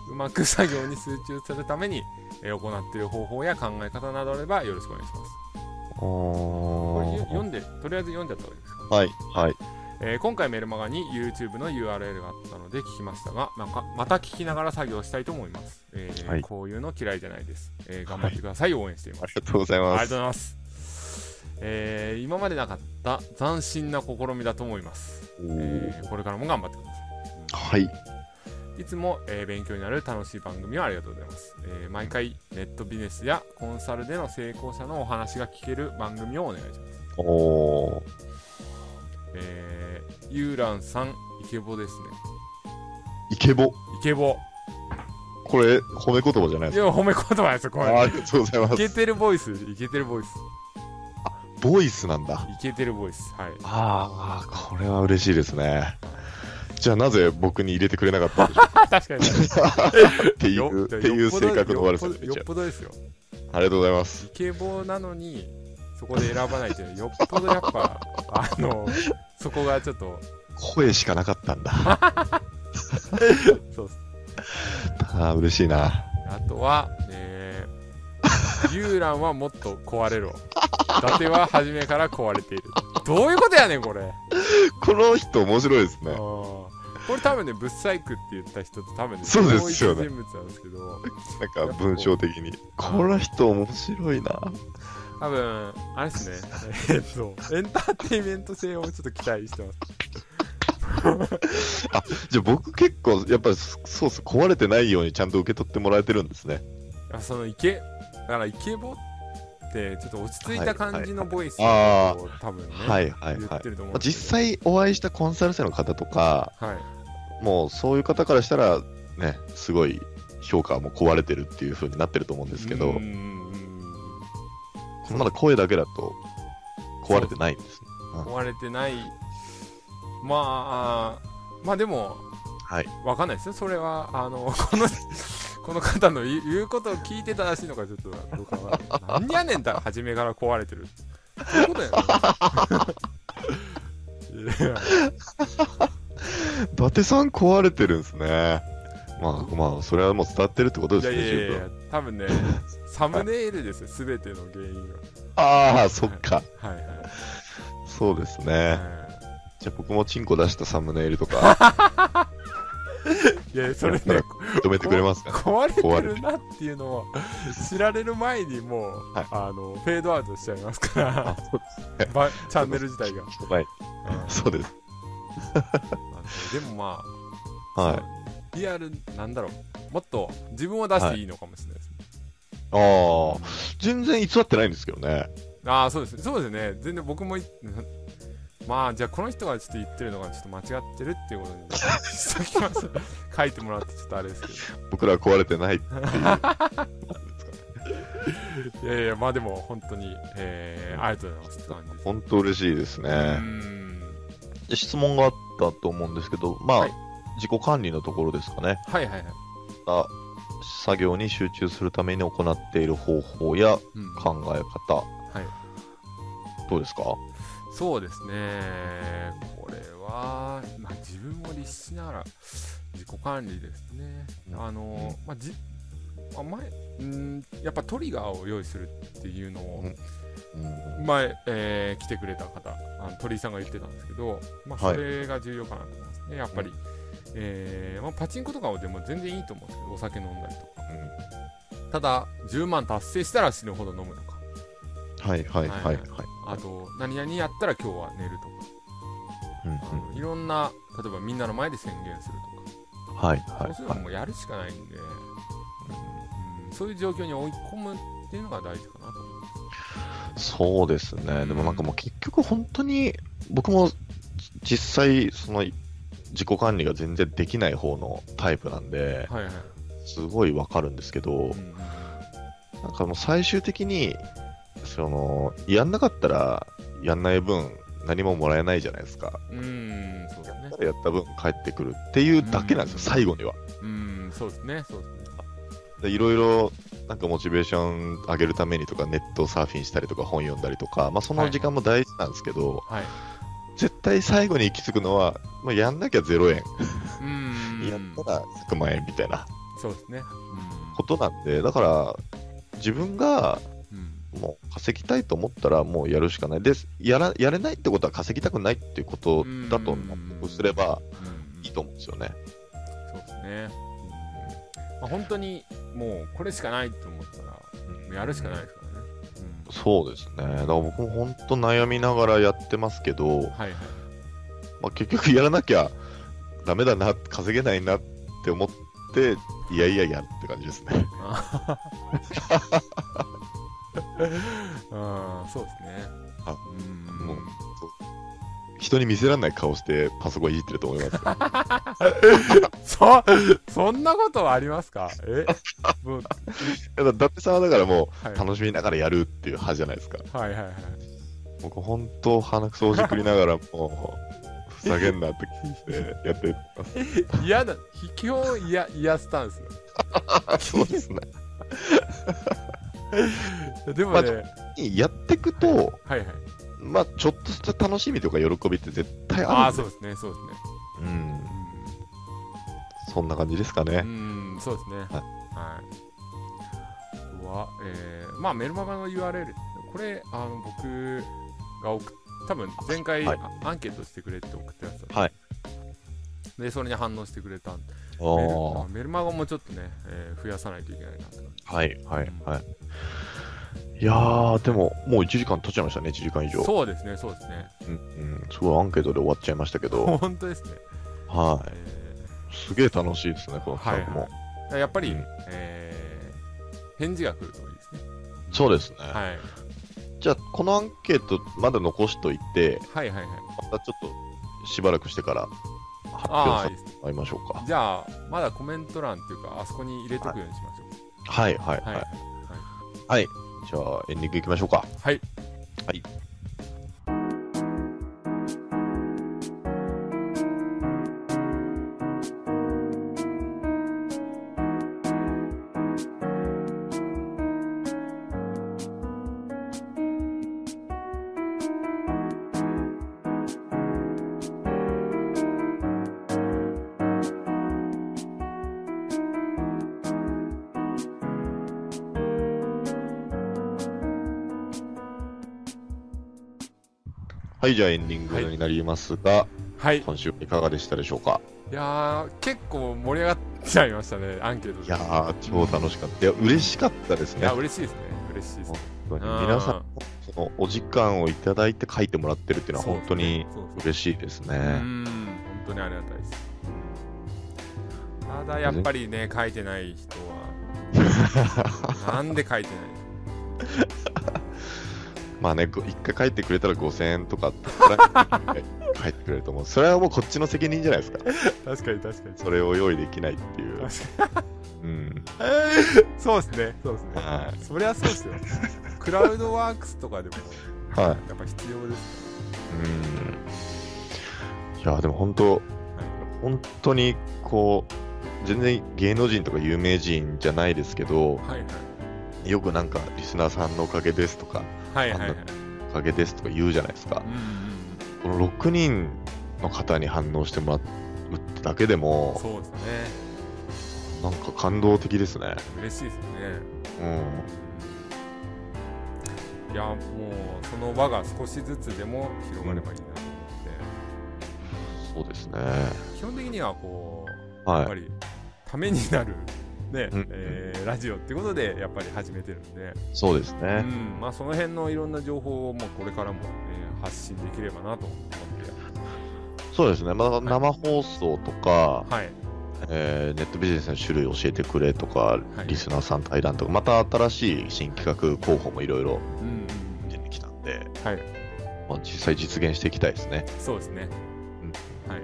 S2: うまく作業に集中するために、えー行っている方法や考え方などあればよろしくお願いしますこれゆ読
S1: お
S2: んでとりあえず読んじゃった方がいいですか、
S1: はい。はい。
S2: えー今回メルマガに YouTube の URL があったので聞きましたがまかまた聞きながら作業したいと思います、えー
S1: はい
S2: こういうの嫌いじゃないです、えー頑張ってください、応援しています
S1: ありがとうござい
S2: あり
S1: ま
S2: がとうござ
S1: す。
S2: います、えー今までなかった斬新な試みだと思います、
S1: おー
S2: えーこれからも頑張ってください
S1: はい。
S2: いつも、えー勉強になる楽しい番組をありがとうございます、えー毎回ネットビジネスやコンサルでの成功者のお話が聞ける番組をお願いします
S1: おー
S2: えー、ゆうらんさんイケボですね
S1: イケボ。
S2: イケボ
S1: これ、褒め言葉じゃない
S2: い
S1: です
S2: や褒め言葉ですよこ
S1: か。あ
S2: れ
S1: ありがとうございま
S2: イケ
S1: す。
S2: てるボイスイケてるボイス
S1: ボイスなんだ。
S2: イケてるボイスはい
S1: ああ、これは嬉しいですね。じゃあなぜ僕に入れてくれなかったんでしょ
S2: あ確かに
S1: うかってい
S2: よ
S1: う、っていう性格の悪さ
S2: よ
S1: で
S2: っぽ
S1: 出
S2: ど
S1: ち
S2: よ
S1: ゃ
S2: っ
S1: う。
S2: ぽどですよ
S1: ありがとうございます。
S2: イケボなのにそこで選ばないというのはよっぽどやっぱあのそこがちょ っと
S1: 声しかなかったん だ。
S2: そうっす
S1: あー嬉しいな。
S2: あとはえー、ユーランはもっと壊れろ伊達は初めから壊れているどういうことやねんこれ
S1: この人面白いです
S2: あー
S1: ね。
S2: これ多分ねブッサイクって言った人と多分ね
S1: そうですよね
S2: 同一人物なんですけど
S1: なんか文章的に。この人面白いな。
S2: 多分あれですねえっとエンターテインメント性をちょっと期待してます
S1: じゃあ僕結構、やっぱりそそうっす。壊れてないようにちゃんと受け取ってもらえてるんですね。
S2: あそのイケだからイケボってちょっと落ち着いた感じのボイスを、
S1: はいはい
S2: 多分ね、
S1: はいはい
S2: 言
S1: は
S2: って
S1: い。
S2: ると思
S1: ま
S2: うん
S1: あ
S2: ですけ
S1: 実際お会いしたコンサル生の方とか、
S2: ど、はい、
S1: もうそういう方からしたら、ね、すごい評価はもう壊れてるっていう風になってると思うんですけ
S2: う
S1: ど
S2: んう、んうん
S1: まだ声だけだと壊れてないんですね。
S2: 壊れてないまあまあでも
S1: はい。
S2: わかんないですよそれはあの このこの方の言う言うことを聞いて正しいのかちょっとどうかわかんない何やねんだ初めから壊れてるそういうことやねいや
S1: 伊達さん壊れてるんですね。まあまあ、それはもう伝わってるってこと
S2: い
S1: です
S2: や
S1: ね、
S2: いやいやい
S1: 十
S2: や
S1: 分。
S2: 多分ね、サムネイルですよ、すべての原因
S1: ああ、そっか。
S2: が。はいはい。
S1: そうですね。
S2: は
S1: じゃあ僕もチンコ出したサムネイルと か、
S2: いいや、それね、
S1: 認めてくれますか
S2: 壊れ
S1: 壊
S2: て
S1: れ
S2: るなっていうのを知られる前にもう、
S1: はい
S2: あのフェードアウトしちゃいますか
S1: あ
S2: ら、
S1: そうですね。
S2: ばチャンネル自体が。
S1: はい。
S2: うんあ
S1: そうです。
S2: のでもまあ、
S1: はい。
S2: リアル、なんだろう、もっと自分を出していいのかもしれないですね。
S1: ああ、全然偽ってないんですけどね。
S2: ああ、そうですね、そうですね、全然僕もい、 まあ、じゃあこの人がちょっと言ってるのがちょっと間違ってるっていうことに、さっきま で書いてもらってちょっとあれですけど。
S1: 僕らは壊れてないっていう。
S2: いやいや、まあでも本当に、えー、ありがとうございますって感じです。
S1: 本当嬉しいです
S2: うー
S1: ね。
S2: ん
S1: で質問があったと思うんですけど、まあ、
S2: はい
S1: 自己管理のところですかね。
S2: はいはいはい。
S1: あ作業に集中するために行っている方法や
S2: うん
S1: 考え方。
S2: はい、
S1: どうですか
S2: そうですね。これは、まあ自分を律しながら自己管理ですね。
S1: うん
S2: あの、まあじ、あ前、うん、やっぱトリガーを用意するっていうのを、
S1: うん
S2: 前、えー来てくれた方あの鳥居さんが言ってたんですけど、まあ、
S1: はい
S2: それが重要かなと思いますね、やっぱり、えーまあ、パチンコとかはでも全然いいと思うんですけどお酒飲んだりとかただ10万達成したら死ぬほど飲むとか
S1: はいはいはいはい。
S2: あと何々やったら今日は寝ると
S1: うん
S2: か、あのいろんな例えばみんなの前で宣言すると
S1: うんはい
S2: か、
S1: は
S2: そう
S1: い
S2: いうの
S1: はい。
S2: もうやるしかないんで、うん、そういう状況に追い込むっていうのが大事かなと思います
S1: そうですね。でもなんかもう結局本当に僕も実際その自己管理が全然できない方のタイプなんで、
S2: はいはい、
S1: すごいわかるんですけど
S2: う、ん
S1: なんかもう最終的に、その、やんなかったらやんない分何ももらえないじゃないですか。
S2: うんうん、そうだね
S1: やった分帰ってくるっていうだけなんですよ、
S2: うん
S1: 最後には。
S2: うんそうですねそうですね
S1: でいろいろなんかモチベーション上げるためにとかネットサーフィンしたりとか本読んだりとか、まあ、その時間も大事なんですけど、
S2: はい
S1: 絶対最後に行き着くのは、まあ、やんなきゃ0円、
S2: うーん
S1: やったら100万円みたいな
S2: そうですね。
S1: ことなんでだから自分が
S2: うん。うん
S1: もう稼ぎたいと思ったらもうやるしかないですやらやれないってことは稼ぎたくないっていうことだと納得すれば
S2: うん
S1: いいと思うんですよね。
S2: そうですね。うんまあ、本当にもうこれしかないと思ったら、もうやるしかないですからね。
S1: そうですね。だから僕も本当悩みながらやってますけど、
S2: うん、はいはい。
S1: まあ、結局やらなきゃダメだな、稼げないなって思って、いやいやいやって感じですね。
S2: ああ、そうですね。
S1: あ
S2: うん
S1: もう人に見せられない顔してパソコンいじってると思い ますよ。
S2: そ、そんなことはありますかえもう
S1: だから伊達さんはだからも
S2: は
S1: う
S2: い
S1: 楽しみながらやるっていう派じゃないですか。
S2: はいはいはい。
S1: 僕本当鼻くそほじくりなが らもう、ふざけんなって聞いてやってます。
S2: 嫌だ、基本嫌、嫌スタンス。
S1: そうですね。
S2: で
S1: ま
S2: も
S1: あ
S2: ね、
S1: やっていくと、
S2: はいはい。
S1: まあ、ちょっとした楽しみとか喜びって絶対
S2: あ
S1: あ
S2: あ、
S1: るんで
S2: そうですね、そうですね。
S1: うん、そんな感じですか
S2: う
S1: ね。
S2: ん、うんそうですね。
S1: は
S2: はい。は、えー、まあメルマガの URL、これ、あの、僕が送っ多分前回、
S1: はい
S2: あアンケートしてくれって送ってらっしゃった。
S1: はい。
S2: で、それに反応してくれたんで、
S1: あ
S2: メル
S1: あ
S2: あメルマガもちょっとね、えー増やさないといけないなと。
S1: はいはいはい。いやー、でも、もう1時間経っちゃいましたね、1時間以上。
S2: そうですね、そうですね。
S1: うんうん、すごいアンケートで終わっちゃいましたけど、
S2: 本当ですね。
S1: は
S2: えー
S1: い、すげえ楽しいですね、この企画も。
S2: はい、やっぱり、
S1: うん
S2: えー返事が来るといいですね。
S1: そうですね、
S2: はい、
S1: じゃあ、このアンケート、まだ残しといて、
S2: はいはいはい。
S1: またちょっとしばらくしてから発
S2: ああ、
S1: 表さ
S2: いいですね
S1: せ。てもらいましょうか。
S2: じゃあ、まだコメント欄っていうか、あそこに入れとくようにしましょう。
S1: はいはい
S2: は
S1: は
S2: い。
S1: い。はい、じゃあ、エンディングいきましょうか。
S2: はい。
S1: はい。はい、じゃあエンディングになりますが、
S2: はい。い
S1: 今週いかがでしたでしょうか。
S2: やー、結構盛り上がっちゃいましたね、アンケートで。
S1: いやー、超楽しかった。いや、嬉しかったです
S2: い
S1: ね
S2: や、。嬉しいですね。嬉しいですね。
S1: 本当に
S2: うん
S1: 皆さんのそのお時間をいただいて書いてもらってるっていうのは本当に
S2: そうですね
S1: 嬉しいです
S2: う
S1: ね。
S2: ん、本当にありがたいです。ただ、やっぱりね、書いてない人 は、なんで書いてない
S1: まあね、ご一回帰ってくれたら5000円とか だったら帰ってくれると思う。それはもうこっちの責任じゃないですか。
S2: 確かに確かに。
S1: それを用意できないって いう。うん。
S2: そうですね。そうですね。
S1: は
S2: そりゃそうですよ。 クラウドワークスとかでも、
S1: い。はい。
S2: やっぱ必要です。
S1: うん。いや、でも本当、本当にこう、全然芸能人とか有名人じゃないですけど、
S2: はいはい。
S1: よくなんかリスナーさんのおかげですとか、
S2: はいはいはい。
S1: おかげですとか言うじゃないですか
S2: う。んうん
S1: この6人の方に反応してもらうってだけで
S2: うん、
S1: も、
S2: そうですね。
S1: なんか感動的ですね。
S2: 嬉しいですよね。
S1: うん。
S2: いや、もう、その輪が少しずつでも広がればいいなと
S1: そ
S2: 思っ
S1: うですね。
S2: て、基本的にはこう、やっぱ
S1: はい。
S2: り、ためになる、ね、
S1: うん
S2: えーラジオってことで、やっぱり始めてるんで、
S1: そうです
S2: う
S1: ね。
S2: ん、まあ、その辺のいろんな情報を、もうこれからも、えー発信できればなと思って、
S1: そうですね。まあ、生放送とか、
S2: はい。
S1: えーネットビジネスの種類を教えてくれとか、
S2: はい
S1: リスナーさん対談とか、また新しい新企画候補もいろいろ
S2: うんうん
S1: 出てきたんで、
S2: はい
S1: まあ、実際実現していきたいですね。
S2: うん、そうですね。はい。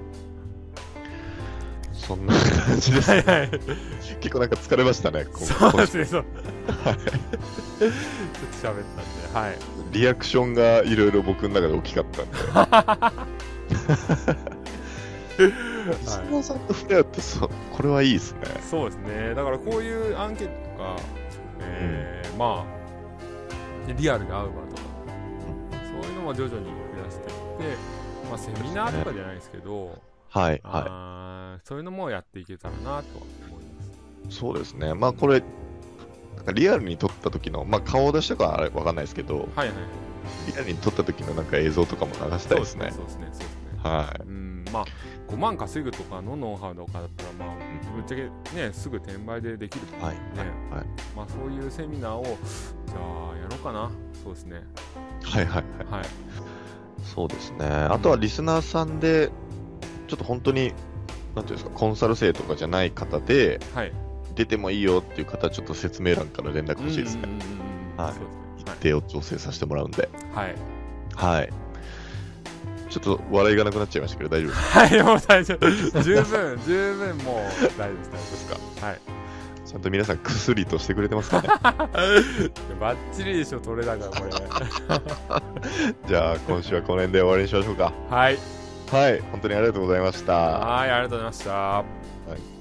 S1: そんな感じです
S2: は。いはい。
S1: 結構なんか疲れましたね。こ
S2: そう
S1: この
S2: ですね、そう。ちょっと喋ったんで、はい。
S1: リアクションがいろいろ僕の中で大きかったんで。リスナーさんと触れ合うってそう、これはいいですね。
S2: そうですね。だからこういうアンケートとか、えーまあ、リアルで会う場とか、そういうのも徐々に増やしていって、まあ、セミナーとかじゃないですけど、
S1: はい、は
S2: あーそういうのもやっていけたらなとは思います。
S1: い。そうですね。まあこれ、なんかリアルに撮った時の、まあ顔出しとかはあれわかんないですけど、
S2: はいはい。
S1: リアルに撮った時のなんか映像とかも流したいですね。
S2: そうですね、そうですね。
S1: は
S2: うん、まあ5万稼ぐとかのノウハウとかだったら、まあ、ぶっちゃけねすぐ転売でできる
S1: い。はい。
S2: ね、
S1: はい
S2: まあ、そういうセミナーをじゃあやろうかなそうですね
S1: はい、はい。
S2: はい
S1: そうですね。あとはリスナーさんで、ちょっと本当に、なんていうんですか、コンサル生とかじゃない方で、
S2: はい
S1: 出てもいいよっていう方は、ちょっと説明欄から連絡欲しいです
S2: う
S1: ね。
S2: んうんうんうん
S1: はい
S2: そう
S1: 日程を調整させてもらうんで。
S2: ですねはい
S1: はい。ちょっと笑いがなくなっちゃいましたけど、大丈夫です
S2: はい もう大丈夫十分十分もう大丈夫です大丈夫です
S1: か
S2: はい
S1: ちゃんと皆さん、薬としてくれてますか ね。
S2: バッチリでしょ取れだからこれ
S1: じゃあ、今週はこの辺で終わりにしましょうか。
S2: はい
S1: はい。本当にありがとうございました。
S2: はいありがとうございました
S1: はい